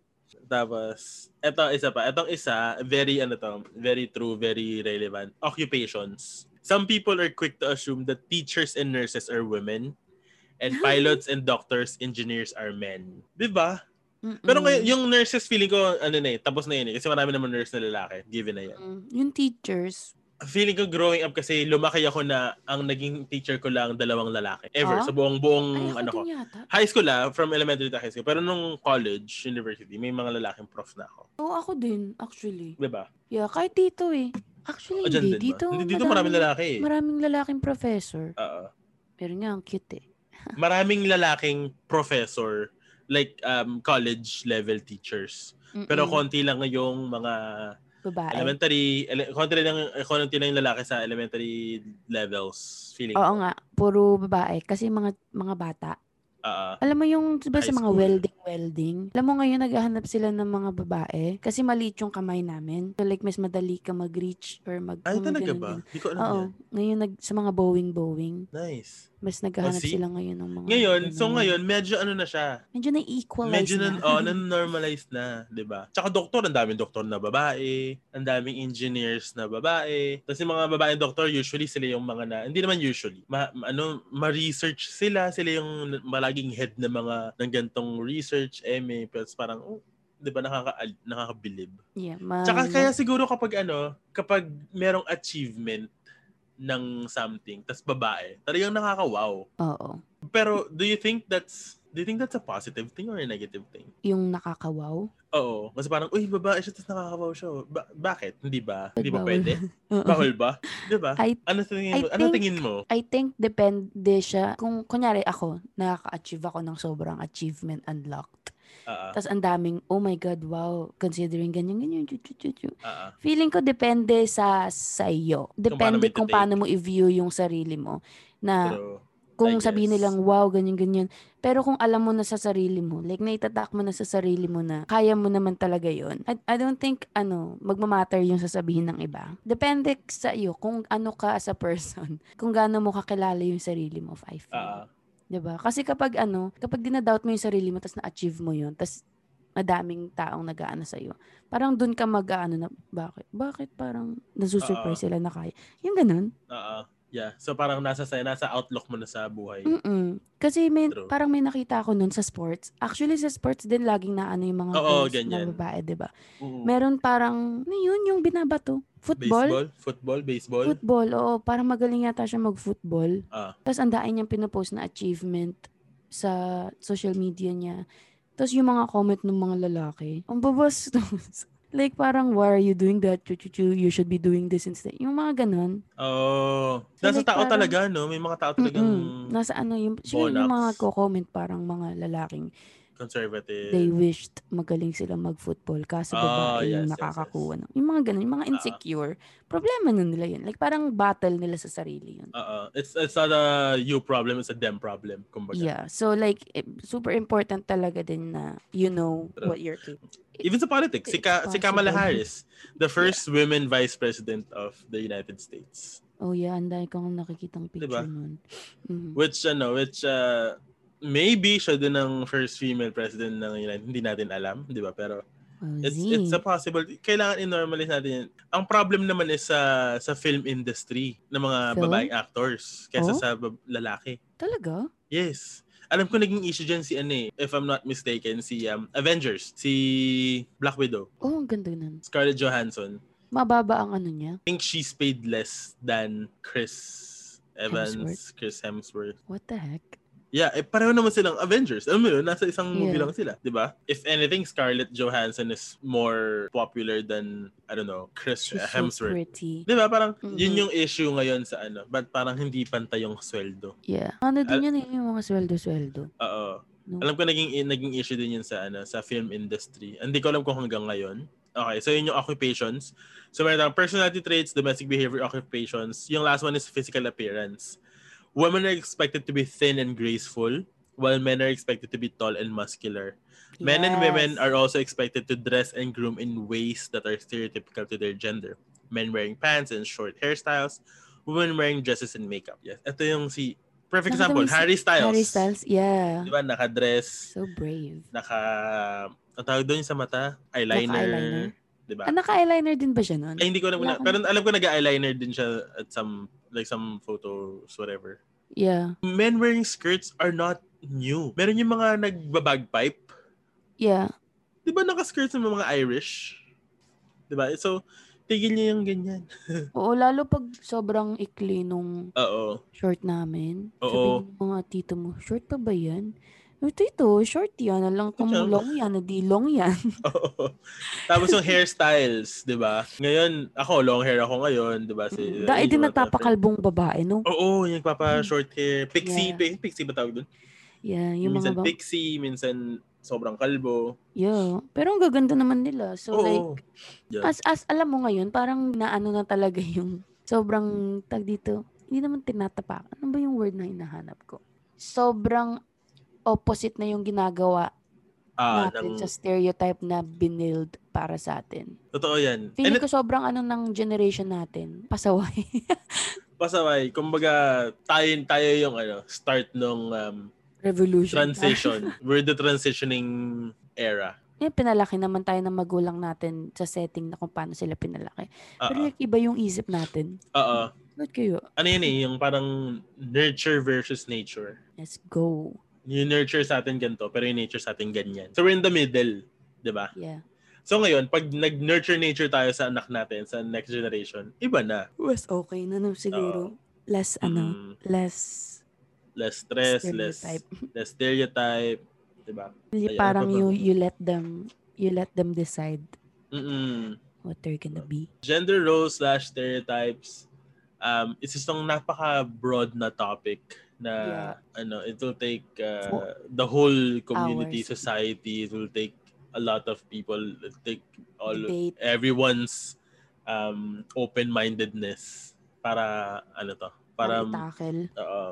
[SPEAKER 1] Tapos, eto isa pa. Etong isa, very ano to, very true, very relevant. Occupations. Some people are quick to assume that teachers and nurses are women
[SPEAKER 2] [laughs]
[SPEAKER 1] and pilots and doctors, engineers are men. 'Di ba?
[SPEAKER 2] Mm-mm.
[SPEAKER 1] Pero ngayon, yung nurses feeling ko ano na eh, tapos na yun eh kasi marami naman nurse na lalaki, given na yan.
[SPEAKER 2] Mm, yung teachers.
[SPEAKER 1] Feeling ko growing up kasi lumaki ako na ang naging teacher ko lang dalawang lalaki ever
[SPEAKER 2] Ah?
[SPEAKER 1] sa buong buong
[SPEAKER 2] Ay, ako
[SPEAKER 1] ano ko.
[SPEAKER 2] din yata.
[SPEAKER 1] High school ah, from elementary to high school. Pero nung college, university, may mga lalaking prof na ako. Diba?
[SPEAKER 2] Oo, ako din, actually.
[SPEAKER 1] 'Di ba?
[SPEAKER 2] Yeah, kahit dito eh. Actually,
[SPEAKER 1] O, dyan
[SPEAKER 2] hindi.
[SPEAKER 1] din ba?
[SPEAKER 2] Dito,
[SPEAKER 1] Hindi, dito maraming lalaki eh.
[SPEAKER 2] Maraming lalaking professor.
[SPEAKER 1] Oo.
[SPEAKER 2] Pero nga, ang cute eh.
[SPEAKER 1] Maraming lalaking professor like um, college level teachers. Pero
[SPEAKER 2] Mm-mm.
[SPEAKER 1] konti lang yung mga
[SPEAKER 2] Babae.
[SPEAKER 1] elementary, ele- konti lang konti lang yung lalaki sa elementary levels feeling.
[SPEAKER 2] Oo
[SPEAKER 1] ko.
[SPEAKER 2] nga, puro babae. Kasi mga mga bata.
[SPEAKER 1] Oo.
[SPEAKER 2] Alam mo yung diba,
[SPEAKER 1] High
[SPEAKER 2] sa mga
[SPEAKER 1] school.
[SPEAKER 2] welding-welding? Alam mo ngayon, naghahanap sila ng mga babae. Kasi maliit yung kamay namin. So, like, mas madali ka mag-reach or mag...
[SPEAKER 1] Ay,
[SPEAKER 2] mga
[SPEAKER 1] Ah, talaga
[SPEAKER 2] ganun,
[SPEAKER 1] ba?
[SPEAKER 2] ganun.
[SPEAKER 1] Hindi ko alam
[SPEAKER 2] Oo.
[SPEAKER 1] yan.
[SPEAKER 2] Ngayon, nag, sa mga Boeing-Boeing,
[SPEAKER 1] Nice.
[SPEAKER 2] mas naghahanap
[SPEAKER 1] Oh, see?
[SPEAKER 2] sila ngayon ng mga...
[SPEAKER 1] Ngayon, so
[SPEAKER 2] ganun.
[SPEAKER 1] ngayon, medyo ano na siya.
[SPEAKER 2] Medyo na-equalize
[SPEAKER 1] Medyo
[SPEAKER 2] na.
[SPEAKER 1] na,
[SPEAKER 2] [laughs]
[SPEAKER 1] oh, normalize na, di ba? Tsaka doktor, ang daming doktor na babae, ang daming engineers na babae. Tapos yung mga babaeng doktor, usually sila yung mga na, hindi naman usually, ma, ma- ano, ma-research sila, sila yung malaging head ng mga, ng gantong research, MA, plus parang, oh, di ba, nakaka, nakakabilib.
[SPEAKER 2] Ah, yeah, ma-
[SPEAKER 1] Tsaka kaya siguro kapag ano, kapag merong achievement ng something, tas babae, talagang nakaka-wow.
[SPEAKER 2] Oo.
[SPEAKER 1] Pero do you think that's do you think that's a positive thing or a negative thing?
[SPEAKER 2] Yung nakakawaw.
[SPEAKER 1] Oo. Kasi parang, uy, babae siya, tas nakakabaw siya. Ba- bakit? Hindi ba? Hindi ba
[SPEAKER 2] Bawal.
[SPEAKER 1] pwede?
[SPEAKER 2] [laughs] Oo.
[SPEAKER 1] Bawal ba? Di ba?
[SPEAKER 2] I-
[SPEAKER 1] Ano tingin
[SPEAKER 2] I
[SPEAKER 1] mo? Ano
[SPEAKER 2] think-
[SPEAKER 1] tingin mo?
[SPEAKER 2] I think depende siya. Kung kunyari ako, nakaka-achieve ako ng sobrang achievement unlocked.
[SPEAKER 1] Ah, ah,
[SPEAKER 2] Tapos ang daming, oh my God, wow, considering ganyan, ganyan, chu, chu, chu, chu.
[SPEAKER 1] ah, ah.
[SPEAKER 2] Feeling ko depende sa sa iyo. Depende
[SPEAKER 1] paano mo
[SPEAKER 2] kung
[SPEAKER 1] i-take.
[SPEAKER 2] paano mo i-view yung sarili mo. Na
[SPEAKER 1] Pero,
[SPEAKER 2] kung
[SPEAKER 1] I
[SPEAKER 2] sabihin
[SPEAKER 1] guess.
[SPEAKER 2] nilang wow, ganyan ganyan. Pero kung alam mo na sa sarili mo, like naitatak mo na sa sarili mo na kaya mo naman talaga 'yon. I, I don't think ano, magmamatter yung sasabihin ng iba. Depende sa iyo kung ano ka as a person. [laughs] Kung gaano mo kakilala yung sarili mo, I feel.
[SPEAKER 1] ah, ah.
[SPEAKER 2] 'Di ba? Kasi kapag ano, kapag dinadoubt mo yung sarili mo tapos na-achieve mo 'yon, tapos madaming taong nag-aano sa iyo. Parang dun ka mag-aano na bakit? Bakit parang nasusurprise sila na kaya? Yung ganun.
[SPEAKER 1] ah, ah. Yeah. So parang nasa sa'yo, nasa outlook mo na sa buhay.
[SPEAKER 2] Mm-mm. Kasi may,
[SPEAKER 1] True.
[SPEAKER 2] parang may nakita ako nun sa sports. Actually, sa sports din laging naano yung mga
[SPEAKER 1] Oo,
[SPEAKER 2] girls na
[SPEAKER 1] ganyan.
[SPEAKER 2] babae, di ba?
[SPEAKER 1] Oo.
[SPEAKER 2] Meron parang, ano yun, yung binabato. Football?
[SPEAKER 1] Baseball? Football? Baseball?
[SPEAKER 2] Football, oo. Parang magaling yata siya mag-football.
[SPEAKER 1] Ah.
[SPEAKER 2] Tapos ang daan niyang pinapost na achievement sa social media niya. Tapos yung mga comment ng mga lalaki, ang [laughs] babastos. like parang, why are you doing that? Chu-chu-chu, you should be doing this instead. Yung mga ganun.
[SPEAKER 1] Oh.
[SPEAKER 2] So,
[SPEAKER 1] Nasa
[SPEAKER 2] like,
[SPEAKER 1] tao
[SPEAKER 2] parang-
[SPEAKER 1] talaga, no? May mga tao talagang
[SPEAKER 2] Mm-mm. Nasa ano, yung, siguro yung mga
[SPEAKER 1] Bonax.
[SPEAKER 2] ko-comment parang mga lalaking
[SPEAKER 1] conservative.
[SPEAKER 2] they wished magaling sila mag-football kaso
[SPEAKER 1] Ah,
[SPEAKER 2] babae yung
[SPEAKER 1] yes, Ah. yes,
[SPEAKER 2] nakakakuha. ng- Yung mga ganun, yung mga insecure, problema na nila yun. Like parang battle nila sa sarili yun.
[SPEAKER 1] Oo. Ah, It's, it's not a you problem, it's a them problem. Kumbaga.
[SPEAKER 2] Yeah. So like eh, super important talaga din na you know
[SPEAKER 1] True.
[SPEAKER 2] what you're capable.
[SPEAKER 1] Even sa politics, si, Ka-
[SPEAKER 2] It's
[SPEAKER 1] si Kamala
[SPEAKER 2] possible.
[SPEAKER 1] Harris,
[SPEAKER 2] [laughs]
[SPEAKER 1] the first women vice president of the United States.
[SPEAKER 2] Oh yeah, ang dami kong nakikitang picture
[SPEAKER 1] Diba?
[SPEAKER 2] nun. Mhm.
[SPEAKER 1] Which, ano, which, uh, maybe siya din ang first female president ng United Hindi natin alam, di ba? Pero
[SPEAKER 2] Well,
[SPEAKER 1] it's,
[SPEAKER 2] Oh, Z.
[SPEAKER 1] it's a possibility. Kailangan i-normalize natin yan. Ang problem naman is sa, sa film industry ng mga
[SPEAKER 2] Film?
[SPEAKER 1] babaeng actors kaysa
[SPEAKER 2] Oh?
[SPEAKER 1] sa bab- lalaki.
[SPEAKER 2] Talaga?
[SPEAKER 1] Yes. Alam ko naging issue dyan si ano eh, if I'm not mistaken, si um, Avengers, si Black Widow,
[SPEAKER 2] Oh, ang ganda nun.
[SPEAKER 1] Scarlett Johansson.
[SPEAKER 2] Mababa ang ano niya.
[SPEAKER 1] I think she's paid less than Chris Evans,
[SPEAKER 2] Hemsworth?
[SPEAKER 1] Chris Hemsworth.
[SPEAKER 2] What the heck?
[SPEAKER 1] Yeah, eh, pareho naman silang Avengers. Alam mo yun, nasa isang movie
[SPEAKER 2] Yeah.
[SPEAKER 1] lang sila, di ba? If anything, Scarlett Johansson is more popular than, I don't know, Chris
[SPEAKER 2] She's so
[SPEAKER 1] Hemsworth.
[SPEAKER 2] pretty.
[SPEAKER 1] Di ba? Parang
[SPEAKER 2] Mhm.
[SPEAKER 1] yun yung issue ngayon sa ano. Ba't parang hindi pantay yung sweldo?
[SPEAKER 2] Yeah. Ano din yun eh, yung mga sweldo-sweldo.
[SPEAKER 1] Oo.
[SPEAKER 2] No?
[SPEAKER 1] Alam ko naging naging issue din yun sa ano sa film industry. Hindi ko alam kung hanggang ngayon. Okay, so yun yung occupations. So meron tayong personality traits, domestic behavior, occupations. Yung last one is physical appearance. Women are expected to be thin and graceful, while men are expected to be tall and muscular. Men and women
[SPEAKER 2] Yes.
[SPEAKER 1] are also expected to dress and groom in ways that are stereotypical to their gender. Men wearing pants and short hairstyles, women wearing dresses and makeup. Yes, ito yung si Perfect
[SPEAKER 2] Nakita
[SPEAKER 1] example,
[SPEAKER 2] mo yung si-
[SPEAKER 1] Harry Styles.
[SPEAKER 2] Harry Styles, yeah.
[SPEAKER 1] Di ba, naka-dress,
[SPEAKER 2] So brave.
[SPEAKER 1] naka, ang tawag doon yung sa mata, eyeliner.
[SPEAKER 2] Naka-eyeliner.
[SPEAKER 1] Di ba?
[SPEAKER 2] Ah, naka-eyeliner din ba siya nun?
[SPEAKER 1] Ay, hindi ko alam.
[SPEAKER 2] Wala
[SPEAKER 1] Wala. Pero alam ko nag-eyeliner din siya at some, like some photos, whatever.
[SPEAKER 2] Yeah.
[SPEAKER 1] Men wearing skirts are not new. Meron yung mga nagbabagpipe.
[SPEAKER 2] Yeah.
[SPEAKER 1] Di ba naka-skirts ng mga Irish? Di ba? So, tigil niya yung ganyan.
[SPEAKER 2] Oo, lalo pag sobrang ikli nung
[SPEAKER 1] Oo. [laughs]
[SPEAKER 2] short namin.
[SPEAKER 1] Oo.
[SPEAKER 2] Sabihin ng mga tito mo, short pa ba yan? O tito, short yan. Alang kumulong yan, nadilong yan.
[SPEAKER 1] Oo. Tapos yung hairstyles, di ba? Ngayon, ako, long hair ako ngayon, di ba?
[SPEAKER 2] [laughs]
[SPEAKER 1] Si,
[SPEAKER 2] Dahil din
[SPEAKER 1] yung mga-
[SPEAKER 2] nagpapakalbong babae, no?
[SPEAKER 1] Oo, yung papa-short hair. Pixie,
[SPEAKER 2] Hmm. Yeah.
[SPEAKER 1] pi- pixie ba tawag doon?
[SPEAKER 2] Yeah, yung
[SPEAKER 1] Minsan
[SPEAKER 2] mga ba-
[SPEAKER 1] pixie, minsan sobrang kalbo.
[SPEAKER 2] Yeah. Pero ang gaganda naman nila. So,
[SPEAKER 1] Oo.
[SPEAKER 2] like,
[SPEAKER 1] Yeah.
[SPEAKER 2] as, as alam mo ngayon, parang naano na talaga [laughs] yung sobrang tag dito. Hindi naman tinatapak. Ano ba yung word na hinahanap ko? Sobrang opposite na yung ginagawa
[SPEAKER 1] ah,
[SPEAKER 2] natin
[SPEAKER 1] ng-
[SPEAKER 2] sa stereotype na binild para sa atin.
[SPEAKER 1] Totoo yan. And
[SPEAKER 2] Feeling ko sobrang ano ng generation natin. Pasaway. [laughs]
[SPEAKER 1] pasaway, kumbaga, tayo, tayo yung ano, start ng um,
[SPEAKER 2] Revolution. [laughs]
[SPEAKER 1] transition. We're the transitioning era.
[SPEAKER 2] Eh, pinalaki naman tayo ng magulang natin sa setting na kung paano sila pinalaki. Pero
[SPEAKER 1] Oo.
[SPEAKER 2] like, iba yung isip natin.
[SPEAKER 1] Oo.
[SPEAKER 2] Ba't kayo?
[SPEAKER 1] Ah, Ano yan eh, yung parang nurture versus nature.
[SPEAKER 2] Let's go.
[SPEAKER 1] Yung nurture sa atin ganito, pero yung nature sa atin ganyan. So we're in the middle, di ba?
[SPEAKER 2] Yeah.
[SPEAKER 1] So ngayon, pag nag-nurture nature tayo sa anak natin, sa next generation, iba na.
[SPEAKER 2] Was okay na no, siguro. Less ano,
[SPEAKER 1] Mm,
[SPEAKER 2] less
[SPEAKER 1] less stress,
[SPEAKER 2] stereotype.
[SPEAKER 1] [laughs] less less stereotype, di ba? Ayan,
[SPEAKER 2] Li- Parang
[SPEAKER 1] ano ba?
[SPEAKER 2] you, you let them, you let them decide
[SPEAKER 1] Mm-mm.
[SPEAKER 2] what they're gonna be.
[SPEAKER 1] Gender roles slash stereotypes um it's just ang napaka-broad na topic na ano, it will take uh,
[SPEAKER 2] Four
[SPEAKER 1] the whole community,
[SPEAKER 2] hours.
[SPEAKER 1] society, it will take a lot of people, it will take all
[SPEAKER 2] Debate.
[SPEAKER 1] everyone's um open-mindedness para ano to, para
[SPEAKER 2] Para tackle.
[SPEAKER 1] uh,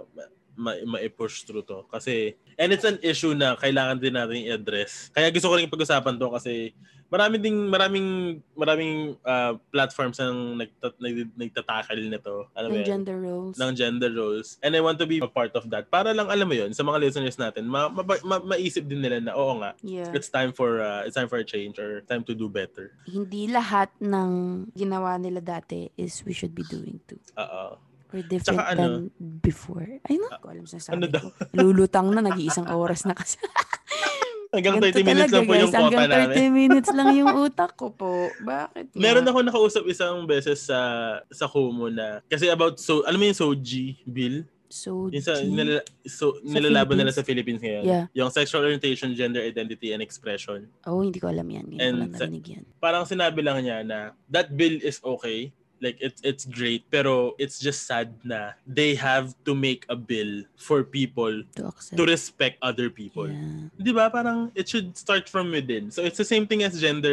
[SPEAKER 1] ma- ma-push through to. Kasi, and it's an issue na kailangan din natin i-address. Kaya gusto ko rin pag-usapan to kasi marami ding, maraming, maraming uh, platforms ang nagtat- nag- nagtatakal nito. Alam mo yan?
[SPEAKER 2] Ng gender roles.
[SPEAKER 1] ng gender roles. And I want to be a part of that. Para lang, alam mo yun, sa mga listeners natin, ma- ma- ma- maisip din nila na, oo nga,
[SPEAKER 2] yeah.
[SPEAKER 1] it's time for uh, it's time for a change or time to do better.
[SPEAKER 2] Hindi lahat ng ginawa nila dati is we should be doing too.
[SPEAKER 1] Oo.
[SPEAKER 2] Or different
[SPEAKER 1] Tsaka
[SPEAKER 2] than before. Ay, no, ko alam sinasabi
[SPEAKER 1] ano daw?
[SPEAKER 2] ko. Lulutang na, nag-iisang oras na kasi.
[SPEAKER 1] Hanggang 30
[SPEAKER 2] Ganito
[SPEAKER 1] minutes lang po
[SPEAKER 2] talaga,
[SPEAKER 1] yung
[SPEAKER 2] guys. Hanggang
[SPEAKER 1] quota namin.
[SPEAKER 2] 30 minutes lang yung utak ko po. Bakit?
[SPEAKER 1] Meron ako nakausap isang beses sa sa Kumu na kasi about so alam mo yung Soji bill
[SPEAKER 2] So,
[SPEAKER 1] yung sa,
[SPEAKER 2] G?
[SPEAKER 1] nila, so, nilalaban nila sa Philippines ngayon
[SPEAKER 2] Yeah.
[SPEAKER 1] yung sexual orientation gender identity and expression
[SPEAKER 2] oh, hindi ko alam yan. Hindi ko
[SPEAKER 1] And
[SPEAKER 2] lang
[SPEAKER 1] sa-
[SPEAKER 2] narinig yan.
[SPEAKER 1] parang sinabi lang niya na that bill is okay like it's it's great pero it's just sad na they have to make a bill for people
[SPEAKER 2] To accept.
[SPEAKER 1] to respect other people
[SPEAKER 2] Yeah.
[SPEAKER 1] Di ba? Parang it should start from within. So it's the same thing as gender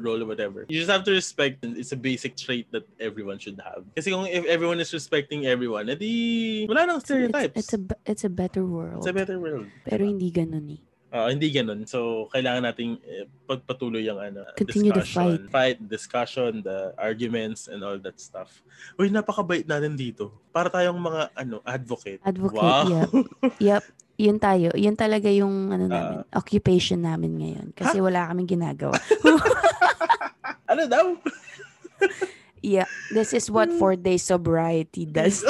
[SPEAKER 1] role or whatever. You just have to respect and it's a basic trait that everyone should have. Kasi kung if everyone is respecting everyone, edi wala nang stereotypes.
[SPEAKER 2] It's, it's, a, be- it's a better world.
[SPEAKER 1] It's a better world.
[SPEAKER 2] Pero hindi ganun eh.
[SPEAKER 1] Ah, hindi ganun. So, kailangan nating eh, pagpatuloy yung ano,
[SPEAKER 2] Continue the
[SPEAKER 1] discussion. Fight, discussion, the arguments, and all that stuff. Uy, napakabait natin dito. Para tayong mga ano advocate.
[SPEAKER 2] Advocate,
[SPEAKER 1] wow.
[SPEAKER 2] yeah. Yep. Yun tayo. Yun talaga yung ano
[SPEAKER 1] Ah.
[SPEAKER 2] namin, occupation namin ngayon. Kasi wala kaming ginagawa.
[SPEAKER 1] [laughs] ano daw?
[SPEAKER 2] Yeah. This is what
[SPEAKER 1] Hmm.
[SPEAKER 2] four
[SPEAKER 1] [laughs]
[SPEAKER 2] days sobriety does.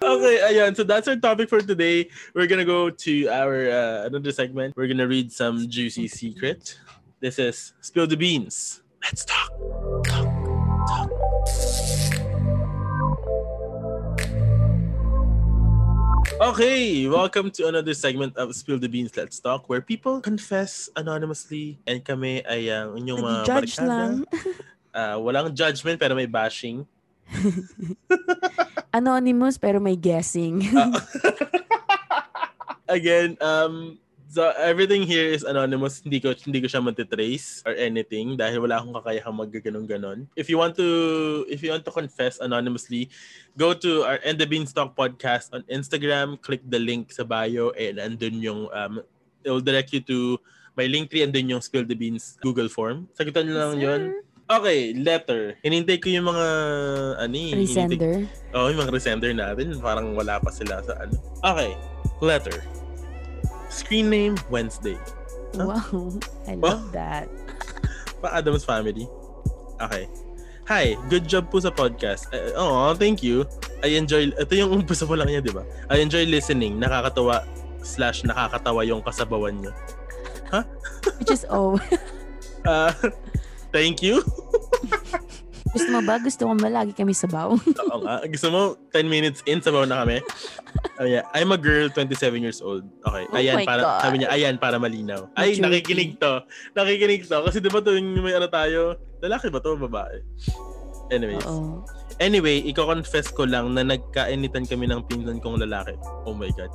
[SPEAKER 1] Okay, ayan. So that's our topic for today. We're gonna go to our uh, another segment. We're gonna read some juicy secret. This is spill the beans. Let's talk. Okay, welcome to another segment of Spill the Beans Let's Talk where people confess anonymously and kami ay ang
[SPEAKER 2] [laughs]
[SPEAKER 1] inyong mga
[SPEAKER 2] Judge
[SPEAKER 1] barkada.
[SPEAKER 2] lang.
[SPEAKER 1] Ah, walang judgment pero may bashing.
[SPEAKER 2] [laughs] Anonymous pero may
[SPEAKER 1] [laughs]
[SPEAKER 2] guessing.
[SPEAKER 1] Ah, Uh, again, um, so everything here is anonymous. Hindi ko, hindi ko siya matitrace or anything dahil wala akong kakayahang maggaganong-ganon. If you want to, if you want to confess anonymously, go to our End the Beanstalk podcast on Instagram. Click the link sa bio and andun yung, um, it will direct you to my link tree and then yung Spill the Beans Google form. Sagutan nyo lang
[SPEAKER 2] Sir.
[SPEAKER 1] yun. Okay, letter. Hinintay ko yung mga, ano eh, hinintay-
[SPEAKER 2] Resender.
[SPEAKER 1] Oo, Oh, yung mga resender natin. Parang wala pa sila sa ano. Okay, letter. Screen name, Wednesday. Huh?
[SPEAKER 2] Wow. I
[SPEAKER 1] Wow.
[SPEAKER 2] love that.
[SPEAKER 1] Pa Adam's Family. Okay. Hi, good job po sa podcast. oh, thank you. I enjoy, ito yung umpisa mo lang niya, di ba? I enjoy listening. Nakakatawa slash nakakatawa yung kasabawan niyo.
[SPEAKER 2] Which is oh. [laughs]
[SPEAKER 1] Ah, [laughs] thank you.
[SPEAKER 2] Gusto mo ba? Gusto ko ba? Lagi kami sabaw.
[SPEAKER 1] Oo nga. Gusto mo, 10 minutes in, sabaw na
[SPEAKER 2] [laughs]
[SPEAKER 1] kami. Oh, yeah. I'm a girl, 27 years old. Okay.
[SPEAKER 2] Oh
[SPEAKER 1] ayan,
[SPEAKER 2] my
[SPEAKER 1] para,
[SPEAKER 2] God.
[SPEAKER 1] sabi niya, ayan, para malinaw. Ay,
[SPEAKER 2] Maturity.
[SPEAKER 1] nakikinig to. Nakikinig to. Kasi di ba to yung may ano tayo, lalaki ba to, o babae? Anyways.
[SPEAKER 2] [laughs] Oo.
[SPEAKER 1] Anyway, iko-confess ko lang na nagkainitan kami ng pinsan kong lalaki. Oh my God.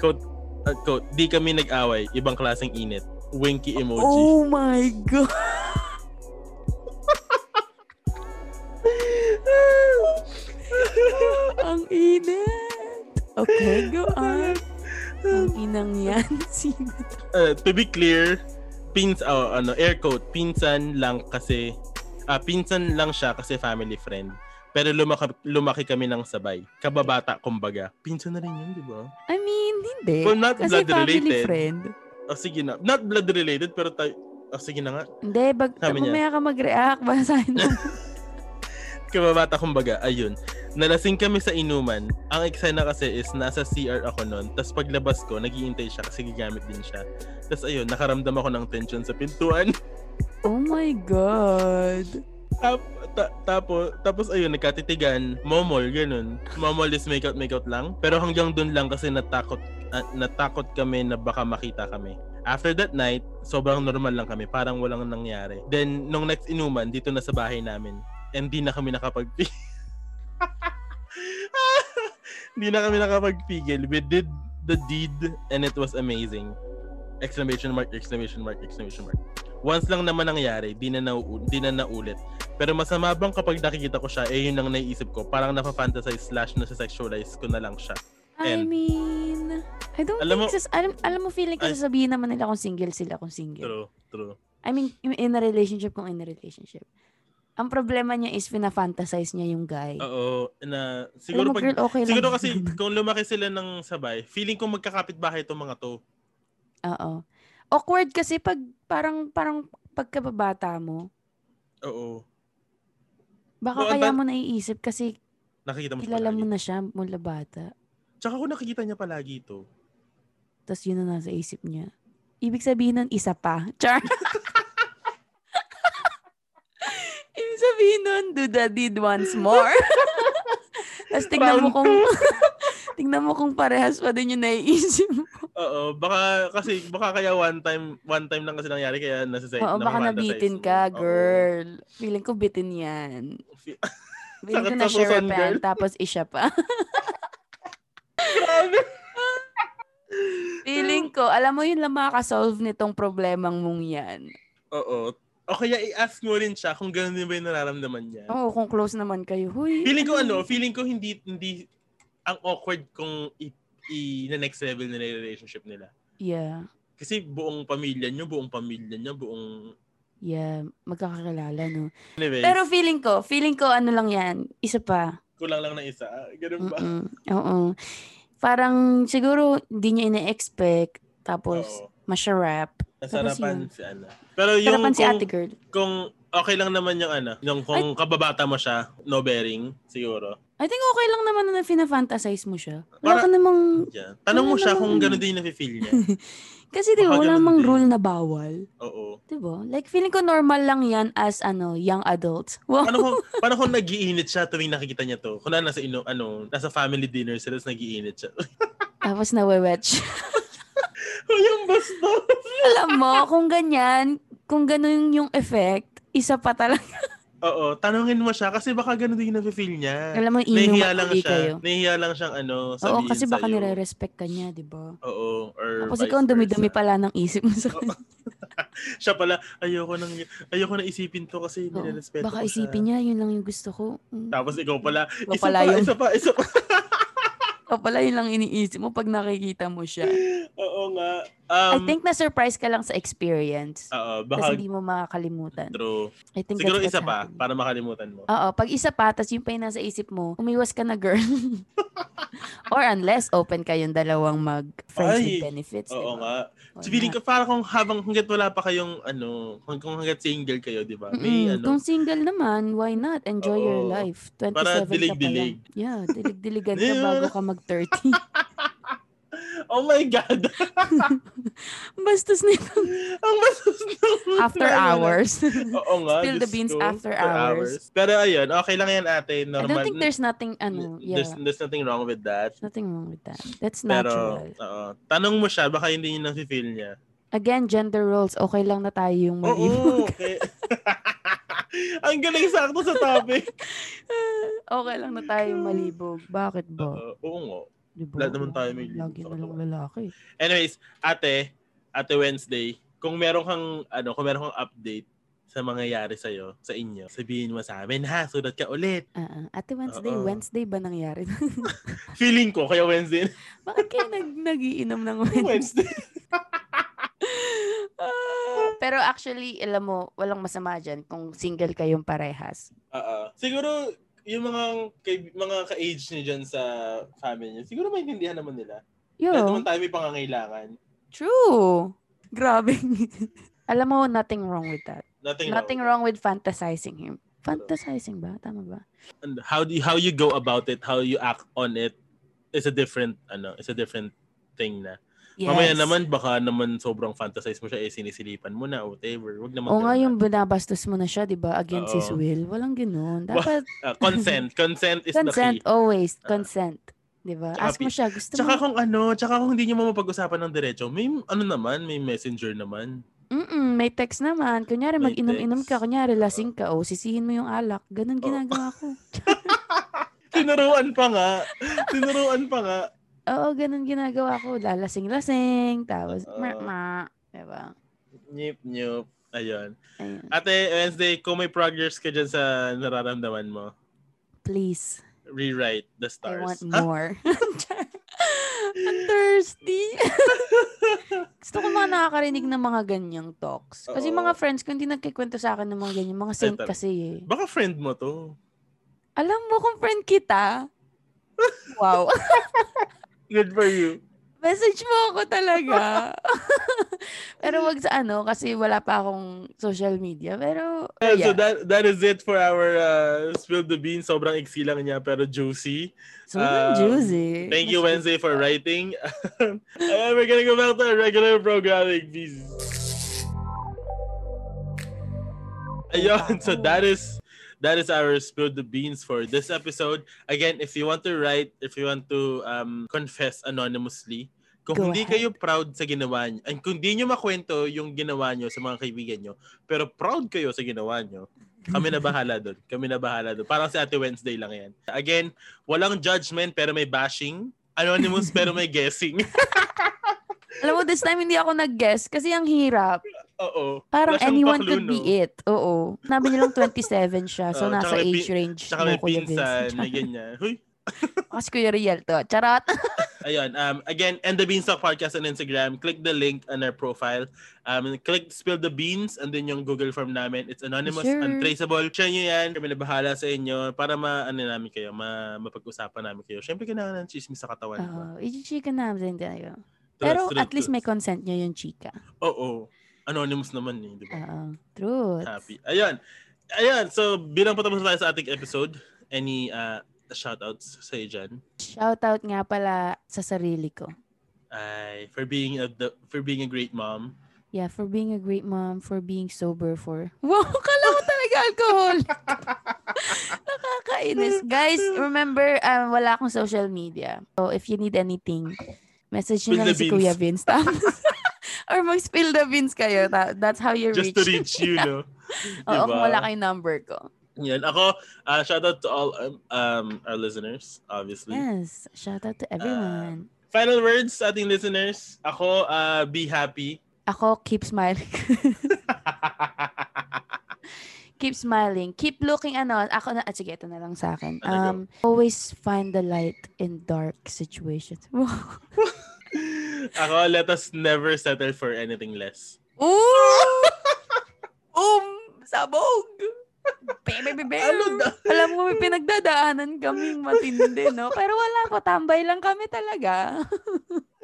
[SPEAKER 1] Quote, uh, quote, di kami nag-away. Ibang klaseng init. Winky emoji. [laughs]
[SPEAKER 2] Oh my God. Ang init. Okay, go on. Ang inang yan. [laughs] Sino?
[SPEAKER 1] Uh, to be clear, pins, oh, ano, air quote, pinsan lang kasi, ah, pinsan lang siya kasi family friend. Pero lumaki, lumaki kami ng sabay. Kababata, kumbaga. Pinsan na rin yun, di ba?
[SPEAKER 2] I mean, hindi.
[SPEAKER 1] Well, not
[SPEAKER 2] Kasi
[SPEAKER 1] blood
[SPEAKER 2] family
[SPEAKER 1] related.
[SPEAKER 2] friend.
[SPEAKER 1] Oh, sige na. Not blood related, pero tayo, oh, sige na nga.
[SPEAKER 2] Hindi, bag,
[SPEAKER 1] Sabi niya.
[SPEAKER 2] mamaya ka mag-react. [laughs] Basahin mo.
[SPEAKER 1] kababata kumbaga, ayun. Nalasing kami sa inuman. Ang eksena kasi is nasa CR ako noon. Tapos paglabas ko, nagiintay siya kasi gigamit din siya. Tapos ayun, nakaramdam ako ng tension sa pintuan.
[SPEAKER 2] oh my God.
[SPEAKER 1] Tap, ta, tapo, tapos ayun, nagkatitigan. Momol, ganun. Momol is make out, make out lang. Pero hanggang dun lang kasi natakot, ah, natakot kami na baka makita kami. After that night, sobrang normal lang kami. Parang walang nangyari. Then, nung next inuman, dito na sa bahay namin. And di na kami nakapagpigil. [laughs] Hindi na kami nakapagpigil. We did the deed and it was amazing. Exclamation mark, exclamation mark, exclamation mark. Once lang naman nangyari, di na, nau- di na naulit. Pero masama bang kapag nakikita ko siya, eh yun ang naiisip ko. Parang napafantasize slash nasa-sexualize ko na lang siya.
[SPEAKER 2] I
[SPEAKER 1] And-
[SPEAKER 2] mean, I don't
[SPEAKER 1] Alam
[SPEAKER 2] think, sas- alam, alam mo, feeling ko
[SPEAKER 1] Ay.
[SPEAKER 2] sasabihin naman nila kung single sila, kung single.
[SPEAKER 1] True, true.
[SPEAKER 2] I mean, in a relationship kung in a relationship. Ang problema niya is fantasize niya yung guy.
[SPEAKER 1] Oo, na
[SPEAKER 2] Alam
[SPEAKER 1] Oh, siguro
[SPEAKER 2] mo,
[SPEAKER 1] pag
[SPEAKER 2] girl, okay lang.
[SPEAKER 1] siguro kasi kung lumaki sila ng sabay, feeling ko magkakapit bahay itong mga to.
[SPEAKER 2] [laughs] Oo. Awkward kasi pag parang parang pagkababata mo,
[SPEAKER 1] Oo.
[SPEAKER 2] baka
[SPEAKER 1] No, ang
[SPEAKER 2] kaya
[SPEAKER 1] tan-
[SPEAKER 2] mo naiisip kasi
[SPEAKER 1] Nakikita mo siya
[SPEAKER 2] kilala
[SPEAKER 1] palagi.
[SPEAKER 2] mo na siya mula bata.
[SPEAKER 1] Tsaka kung nakikita niya palagi
[SPEAKER 2] [laughs]
[SPEAKER 1] to.
[SPEAKER 2] Tapos yun na nasa isip niya. Ibig sabihin nun, isa pa. [laughs] Char! Ibig sabihin nun, do the deed once more. [laughs] Tapos tignan
[SPEAKER 1] Round
[SPEAKER 2] mo kung [laughs] tignan mo kung parehas pa din yung naiisip mo.
[SPEAKER 1] Oo, baka kasi baka kaya one time one time lang kasi nangyari kaya nasa
[SPEAKER 2] Oo, baka nabitin ka, girl. Feeling ko bitin
[SPEAKER 1] [laughs]
[SPEAKER 2] yan.
[SPEAKER 1] Fe- Sakit
[SPEAKER 2] Feeling ko na
[SPEAKER 1] sa puson, girl.
[SPEAKER 2] Sherapan, tapos isya
[SPEAKER 1] [laughs]
[SPEAKER 2] pa. Feeling ko, alam mo yun lang makakasolve nitong problemang mong yan.
[SPEAKER 1] Oo. O kaya i-ask mo rin siya kung ganun din ba yung nararamdaman niya.
[SPEAKER 2] Oo, kung close naman kayo. Huy,
[SPEAKER 1] Feeling ko ano, feeling ko hindi hindi ang awkward kung i, i na next level nila yung relationship nila.
[SPEAKER 2] Yeah.
[SPEAKER 1] Kasi buong pamilya niyo, buong pamilya niya, buong
[SPEAKER 2] Yeah, magkakakilala, no?
[SPEAKER 1] anyways,
[SPEAKER 2] Pero feeling ko, feeling ko ano lang yan, isa pa.
[SPEAKER 1] kulang lang na isa. Ah, Ganun ba?
[SPEAKER 2] Mm-mm. Oo. Parang siguro hindi niya ina-expect, tapos
[SPEAKER 1] Oo.
[SPEAKER 2] masyarap.
[SPEAKER 1] Nasarapan
[SPEAKER 2] Tapos
[SPEAKER 1] si Ana. Pero yung
[SPEAKER 2] Sarapan
[SPEAKER 1] kung,
[SPEAKER 2] si ate girl.
[SPEAKER 1] kung okay lang naman yung ano, yung kung kababata mo siya, no bearing, siguro.
[SPEAKER 2] I think okay lang naman na fina-fantasize mo siya.
[SPEAKER 1] Para-
[SPEAKER 2] Wala ka namang,
[SPEAKER 1] Yeah. Tanong mo
[SPEAKER 2] Wala
[SPEAKER 1] siya
[SPEAKER 2] namang
[SPEAKER 1] kung
[SPEAKER 2] ano.
[SPEAKER 1] ganun din yung nafe-feel
[SPEAKER 2] [laughs]
[SPEAKER 1] niya.
[SPEAKER 2] kasi di ba,
[SPEAKER 1] Baka
[SPEAKER 2] wala
[SPEAKER 1] ganun
[SPEAKER 2] namang
[SPEAKER 1] din.
[SPEAKER 2] rule na bawal.
[SPEAKER 1] Oo.
[SPEAKER 2] Di ba? Like, feeling ko normal lang yan as, ano, young adults.
[SPEAKER 1] [laughs]
[SPEAKER 2] Wow.
[SPEAKER 1] Paano kung, paano kung nagiinit siya tuwing nakikita niya to? Kung na nasa, ino, ano, nasa family dinner sila, tapos nagiinit siya. [laughs]
[SPEAKER 2] Tapos nawewetch.
[SPEAKER 1] yung basta.
[SPEAKER 2] Alam mo, kung ganyan, kung ganun yung effect, isa pa talaga.
[SPEAKER 1] Oo, tanungin mo siya kasi baka ganun din yung nafe-feel niya.
[SPEAKER 2] Alam mo, inyo
[SPEAKER 1] Nahihiya lang
[SPEAKER 2] makuli
[SPEAKER 1] siya.
[SPEAKER 2] kayo.
[SPEAKER 1] Nahihiya lang siyang ano,
[SPEAKER 2] Oo,
[SPEAKER 1] sabihin
[SPEAKER 2] kasi baka
[SPEAKER 1] sa'yo.
[SPEAKER 2] nire-respect ka niya, di ba?
[SPEAKER 1] Oo, or
[SPEAKER 2] Tapos
[SPEAKER 1] vice
[SPEAKER 2] ikaw ang dumi-dumi
[SPEAKER 1] versa.
[SPEAKER 2] pala ng isip mo sa kanya.
[SPEAKER 1] Siya pala, ayoko nang, ayoko na isipin to kasi
[SPEAKER 2] Oo.
[SPEAKER 1] nire-respeto ko
[SPEAKER 2] Baka
[SPEAKER 1] siya.
[SPEAKER 2] isipin niya, yun lang yung gusto ko. Mm.
[SPEAKER 1] Tapos ikaw pala,
[SPEAKER 2] Ikaw
[SPEAKER 1] isa
[SPEAKER 2] pala
[SPEAKER 1] pa, [laughs]
[SPEAKER 2] yung-
[SPEAKER 1] isa pa, isa pa.
[SPEAKER 2] O pala, yun lang iniisip mo pag nakikita mo siya.
[SPEAKER 1] Oo, nga. Um,
[SPEAKER 2] I think na-surprise ka lang sa experience.
[SPEAKER 1] Oo,
[SPEAKER 2] Tapos
[SPEAKER 1] baka
[SPEAKER 2] hindi mo makakalimutan.
[SPEAKER 1] true.
[SPEAKER 2] I think
[SPEAKER 1] Siguro
[SPEAKER 2] that's
[SPEAKER 1] isa
[SPEAKER 2] what
[SPEAKER 1] pa
[SPEAKER 2] happened.
[SPEAKER 1] para makalimutan mo.
[SPEAKER 2] Oo, pag isa pa, tapos yung pa yung nasa isip mo, umiwas ka na,
[SPEAKER 1] [laughs]
[SPEAKER 2] girl. Or unless, open kayong dalawang mag-friends
[SPEAKER 1] Ay,
[SPEAKER 2] with benefits.
[SPEAKER 1] Oo
[SPEAKER 2] diba?
[SPEAKER 1] nga.
[SPEAKER 2] Or
[SPEAKER 1] So feeling
[SPEAKER 2] not.
[SPEAKER 1] ko parang kung habang hanggat wala pa kayong ano, kung, kung hanggat single kayo, di ba? May
[SPEAKER 2] Mm-mm.
[SPEAKER 1] ano,
[SPEAKER 2] Mm, Kung single naman, why not? Enjoy
[SPEAKER 1] Oo.
[SPEAKER 2] your life. 27
[SPEAKER 1] Para
[SPEAKER 2] ka pa
[SPEAKER 1] dilig-dilig.
[SPEAKER 2] lang. Yeah,
[SPEAKER 1] [laughs]
[SPEAKER 2] dilig-diligan ka
[SPEAKER 1] Yeah.
[SPEAKER 2] bago ka mag-30.
[SPEAKER 1] [laughs] oh my God! [laughs]
[SPEAKER 2] Bastos nito.
[SPEAKER 1] Ang masus
[SPEAKER 2] After hours.
[SPEAKER 1] Oo nga.
[SPEAKER 2] Spill the
[SPEAKER 1] Diyos
[SPEAKER 2] beans
[SPEAKER 1] ko,
[SPEAKER 2] after hours.
[SPEAKER 1] Pero ayun, okay lang yan ate.
[SPEAKER 2] I
[SPEAKER 1] Normal.
[SPEAKER 2] don't think there's nothing, ano, yeah.
[SPEAKER 1] there's, there's nothing wrong with that.
[SPEAKER 2] Nothing wrong with that. That's
[SPEAKER 1] Pero,
[SPEAKER 2] natural.
[SPEAKER 1] oo. Tanong mo siya, baka hindi niya nasi-feel niya.
[SPEAKER 2] Again, gender roles, okay lang na tayo yung mag
[SPEAKER 1] Oo, [laughs] okay. Ang galing sakto sa
[SPEAKER 2] [laughs]
[SPEAKER 1] topic.
[SPEAKER 2] [laughs] okay lang na tayo yung malibog. Bakit ba?
[SPEAKER 1] Oo, oo nga.
[SPEAKER 2] Diba?
[SPEAKER 1] Lahat naman tayo may libog sa
[SPEAKER 2] Lagi na lang
[SPEAKER 1] katawan.
[SPEAKER 2] lalaki.
[SPEAKER 1] Anyways, ate, ate Wednesday, kung meron kang, ano, kung meron kang update sa mangyayari sa'yo, sa inyo, sabihin mo sa amin, ha? Sunod ka ulit.
[SPEAKER 2] Ah, ah. Ate Wednesday,
[SPEAKER 1] Oo.
[SPEAKER 2] Wednesday ba nangyari? [laughs]
[SPEAKER 1] Feeling ko, kaya Wednesday. [laughs]
[SPEAKER 2] Bakit kayo nag nagiinom ng Wednesday?
[SPEAKER 1] Wednesday.
[SPEAKER 2] Ah, Pero actually, alam mo, walang masama dyan kung single kayong parehas.
[SPEAKER 1] Oo. Siguro, yung mga kay, mga ka-age niyo dyan sa family niyo, siguro maintindihan naman nila. Lahat
[SPEAKER 2] Yo,
[SPEAKER 1] naman tayo may pangangailangan.
[SPEAKER 2] true. Grabe. [laughs] alam mo, nothing wrong with that.
[SPEAKER 1] Nothing,
[SPEAKER 2] Nothing wrong with fantasizing him. Fantasizing ba? Tama ba?
[SPEAKER 1] and how do you, how you go about it, how you act on it is a different ano, is a different thing na. Mamaya naman baka naman sobrang fantasize mo siya eh sinisilipan mo na whatever. Wag naman.
[SPEAKER 2] O nga
[SPEAKER 1] ganun.
[SPEAKER 2] yung binabastos mo na siya, di ba? Against his
[SPEAKER 1] Oo.
[SPEAKER 2] will. Walang ganun.
[SPEAKER 1] Wa-
[SPEAKER 2] Dapat
[SPEAKER 1] Ah,
[SPEAKER 2] [laughs]
[SPEAKER 1] consent, consent is
[SPEAKER 2] consent
[SPEAKER 1] the key.
[SPEAKER 2] always.
[SPEAKER 1] Ah.
[SPEAKER 2] Consent. Di ba?
[SPEAKER 1] Tsaka
[SPEAKER 2] Ask mo
[SPEAKER 1] pi-
[SPEAKER 2] siya. Gusto
[SPEAKER 1] Tsaka
[SPEAKER 2] mo?
[SPEAKER 1] kung ano, tsaka kung hindi niyo mo mapag-usapan ng diretso, may ano naman, may messenger [laughs] naman.
[SPEAKER 2] Mm-mm, may text naman. Kunyari,
[SPEAKER 1] May
[SPEAKER 2] mag-inom-inom ka.
[SPEAKER 1] text. Diba?
[SPEAKER 2] Kunyari, lasing ka. O, sisihin mo yung alak.
[SPEAKER 1] Oo.
[SPEAKER 2] Ganun ginagawa ko.
[SPEAKER 1] Tinuruan pa nga. Tinuruan pa nga.
[SPEAKER 2] Oo, ganun ginagawa ko. Lalasing-lasing. Tapos,
[SPEAKER 1] Oo.
[SPEAKER 2] ma Diba?
[SPEAKER 1] Nyip, nyip. Ayun.
[SPEAKER 2] Ayun.
[SPEAKER 1] Ate, Wednesday, kung may progress ka dyan sa nararamdaman mo,
[SPEAKER 2] Please.
[SPEAKER 1] rewrite the
[SPEAKER 2] I want
[SPEAKER 1] stars.
[SPEAKER 2] more.
[SPEAKER 1] [laughs]
[SPEAKER 2] I'm thirsty. Gusto ko mga nakakarinig ng mga ganyang talks. Kasi
[SPEAKER 1] Oo.
[SPEAKER 2] mga friends ko, hindi nagkikwento sa akin ng mga ganyan. Mga saint
[SPEAKER 1] talaga.
[SPEAKER 2] kasi eh.
[SPEAKER 1] Baka friend mo to.
[SPEAKER 2] Alam mo kung friend kita? Wow. [laughs]
[SPEAKER 1] Good for you.
[SPEAKER 2] Message mo ako talaga. [laughs] Pero wag sa ano, kasi wala pa akong social media. Pero,
[SPEAKER 1] And So
[SPEAKER 2] Oh, yeah.
[SPEAKER 1] that that is it for our uh, Spill the Beans. Sobrang iksi lang niya pero juicy. um,
[SPEAKER 2] Sobrang juicy.
[SPEAKER 1] Thank you
[SPEAKER 2] Mas-
[SPEAKER 1] Wednesday for writing. [laughs] And we're gonna go back to our regular programming. Peace. Ayun, so that is that is our Spill the Beans for this episode. Again, if you want to write, if you want to um, confess anonymously, kung
[SPEAKER 2] Go
[SPEAKER 1] hindi
[SPEAKER 2] ahead.
[SPEAKER 1] kayo proud sa ginawa niyo, and kung hindi niyo makwento yung ginawa niyo sa mga kaibigan niyo, pero proud kayo sa ginawa niyo, kami na bahala doon. Kami na bahala doon. Parang si Ate Wednesday lang yan. Again, walang judgment pero may bashing. Anonymous pero may guessing. [laughs]
[SPEAKER 2] Alam mo, this time hindi ako nag-guess kasi ang hirap.
[SPEAKER 1] Oo.
[SPEAKER 2] Parang
[SPEAKER 1] Wala siyang
[SPEAKER 2] anyone
[SPEAKER 1] paklu,
[SPEAKER 2] could be
[SPEAKER 1] no?
[SPEAKER 2] it. Oo. Nabi niya lang 27 siya.
[SPEAKER 1] Oo,
[SPEAKER 2] So, nasa
[SPEAKER 1] tsaka may
[SPEAKER 2] age
[SPEAKER 1] pin-
[SPEAKER 2] range.
[SPEAKER 1] Tsaka
[SPEAKER 2] mo,
[SPEAKER 1] may
[SPEAKER 2] Kuya Vince. [laughs]
[SPEAKER 1] pinsan, may ganyan. Huy,
[SPEAKER 2] Kasi Kuya Riel to. Charot.
[SPEAKER 1] Ayun, um, again, and the Beanstalk Podcast on Instagram. Click the link on our profile. Um, click Spill the Beans and then yung Google form namin. It's anonymous,
[SPEAKER 2] Sure.
[SPEAKER 1] untraceable. Share nyo yan. Kami na bahala sa inyo para ma, ano namin kayo, ma, mapag-usapan namin kayo. Siyempre, kailangan ng chismis sa katawan. di ba?
[SPEAKER 2] Oo. I-chika namin tayo.
[SPEAKER 1] Trust,
[SPEAKER 2] Pero
[SPEAKER 1] trust,
[SPEAKER 2] at least
[SPEAKER 1] trust.
[SPEAKER 2] may consent niya yung chika.
[SPEAKER 1] Oo. Anonymous naman eh, di ba?
[SPEAKER 2] Oo. Truth.
[SPEAKER 1] Happy. Ayun. Ayun. So, bilang patapos na tayo sa ating episode, any uh, shoutouts sa iyo dyan?
[SPEAKER 2] Shoutout nga pala sa sarili ko.
[SPEAKER 1] Ay, for being a, the, for being a great mom.
[SPEAKER 2] Yeah, for being a great mom, for being sober, for... [laughs] Wow, kala mo talaga alcohol. [laughs] Nakakainis. Guys, remember, um, wala akong social media. So, if you need anything, message
[SPEAKER 1] Spill
[SPEAKER 2] nyo
[SPEAKER 1] the
[SPEAKER 2] na lang si
[SPEAKER 1] beans.
[SPEAKER 2] Kuya [laughs] Vince. Tapos- Or mag-spill the beans kayo. Ta- That's how you
[SPEAKER 1] Just
[SPEAKER 2] reach.
[SPEAKER 1] to reach you,
[SPEAKER 2] [laughs]
[SPEAKER 1] no?
[SPEAKER 2] Oo, kung
[SPEAKER 1] Diba?
[SPEAKER 2] wala kayong number ko.
[SPEAKER 1] Yan. Ako, uh, shout out to all um, um, our listeners, obviously.
[SPEAKER 2] Yes, shout out to
[SPEAKER 1] Um,
[SPEAKER 2] everyone.
[SPEAKER 1] Final words sa ating listeners. Ako, uh, be happy.
[SPEAKER 2] Ako, keep smiling. [laughs] keep smiling. Keep looking ano. Ako na, ah, sige, ito na lang sa akin.
[SPEAKER 1] Ano,
[SPEAKER 2] [laughs] Um, always find the light in dark situations. Wow.
[SPEAKER 1] Ako, let us never settle for anything less.
[SPEAKER 2] Ooh! um, sabog! Be, be, be, be.
[SPEAKER 1] Ano da-
[SPEAKER 2] Alam mo, may pinagdadaanan kaming matindi, no? Pero wala po, tambay lang kami talaga.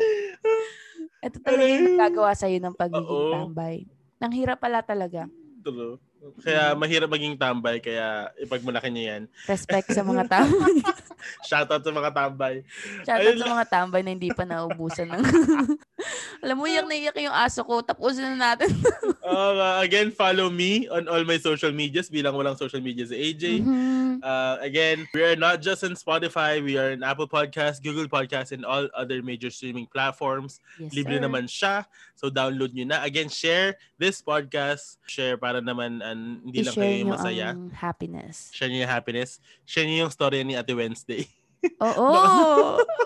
[SPEAKER 2] [laughs] Ito talaga yung nagagawa sa'yo ng pagiging
[SPEAKER 1] Oo.
[SPEAKER 2] tambay. Ang hirap pala talaga.
[SPEAKER 1] True. Kaya mahirap maging tambay, kaya ipagmalaki niya yan.
[SPEAKER 2] Respect sa mga tambay.
[SPEAKER 1] Shoutout sa mga tambay.
[SPEAKER 2] Shoutout
[SPEAKER 1] Ayun
[SPEAKER 2] sa
[SPEAKER 1] lang.
[SPEAKER 2] mga tambay na hindi pa naubusan
[SPEAKER 1] [laughs]
[SPEAKER 2] ng... Alam mo, iyak na iyak yung aso ko. Tapusin na
[SPEAKER 1] [laughs]
[SPEAKER 2] natin.
[SPEAKER 1] Uh, again, follow me on all my social medias bilang walang social media si AJ.
[SPEAKER 2] Mhm.
[SPEAKER 1] Uh, again, we are not just on Spotify. We are on Apple Podcasts, Google Podcasts, and all other major streaming platforms.
[SPEAKER 2] Yes,
[SPEAKER 1] Libre
[SPEAKER 2] sir.
[SPEAKER 1] naman siya. So download nyo na. Again, share this podcast. Share para naman an, hindi lang kayo
[SPEAKER 2] I-share
[SPEAKER 1] yung
[SPEAKER 2] nyo um,
[SPEAKER 1] masaya.
[SPEAKER 2] ang [laughs] happiness.
[SPEAKER 1] Share nyo yung happiness. Share nyo yung story ni Ate
[SPEAKER 2] [laughs]
[SPEAKER 1] Wednesday.
[SPEAKER 2] Oo.
[SPEAKER 1] Baka-
[SPEAKER 2] [laughs]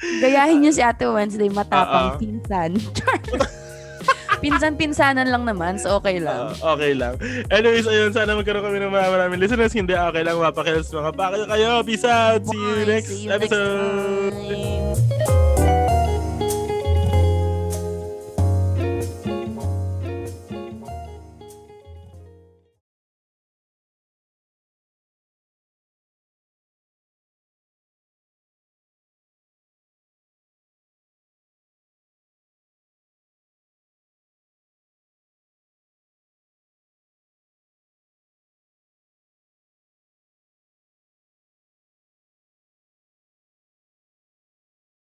[SPEAKER 2] Gayahin niyo si Ate Wednesday matapang
[SPEAKER 1] Oo.
[SPEAKER 2] pinsan. [laughs] Char. Pinsan-pinsanan lang naman, so okay lang.
[SPEAKER 1] Oo, [laughs] okay lang. Anyways, ayun. Sana magkaroon kami ng mga maraming listeners. Hindi, okay lang. Mapakilos mga pakil kayo. Peace out. See you
[SPEAKER 2] Bye.
[SPEAKER 1] next
[SPEAKER 2] See you
[SPEAKER 1] episode.
[SPEAKER 2] next time.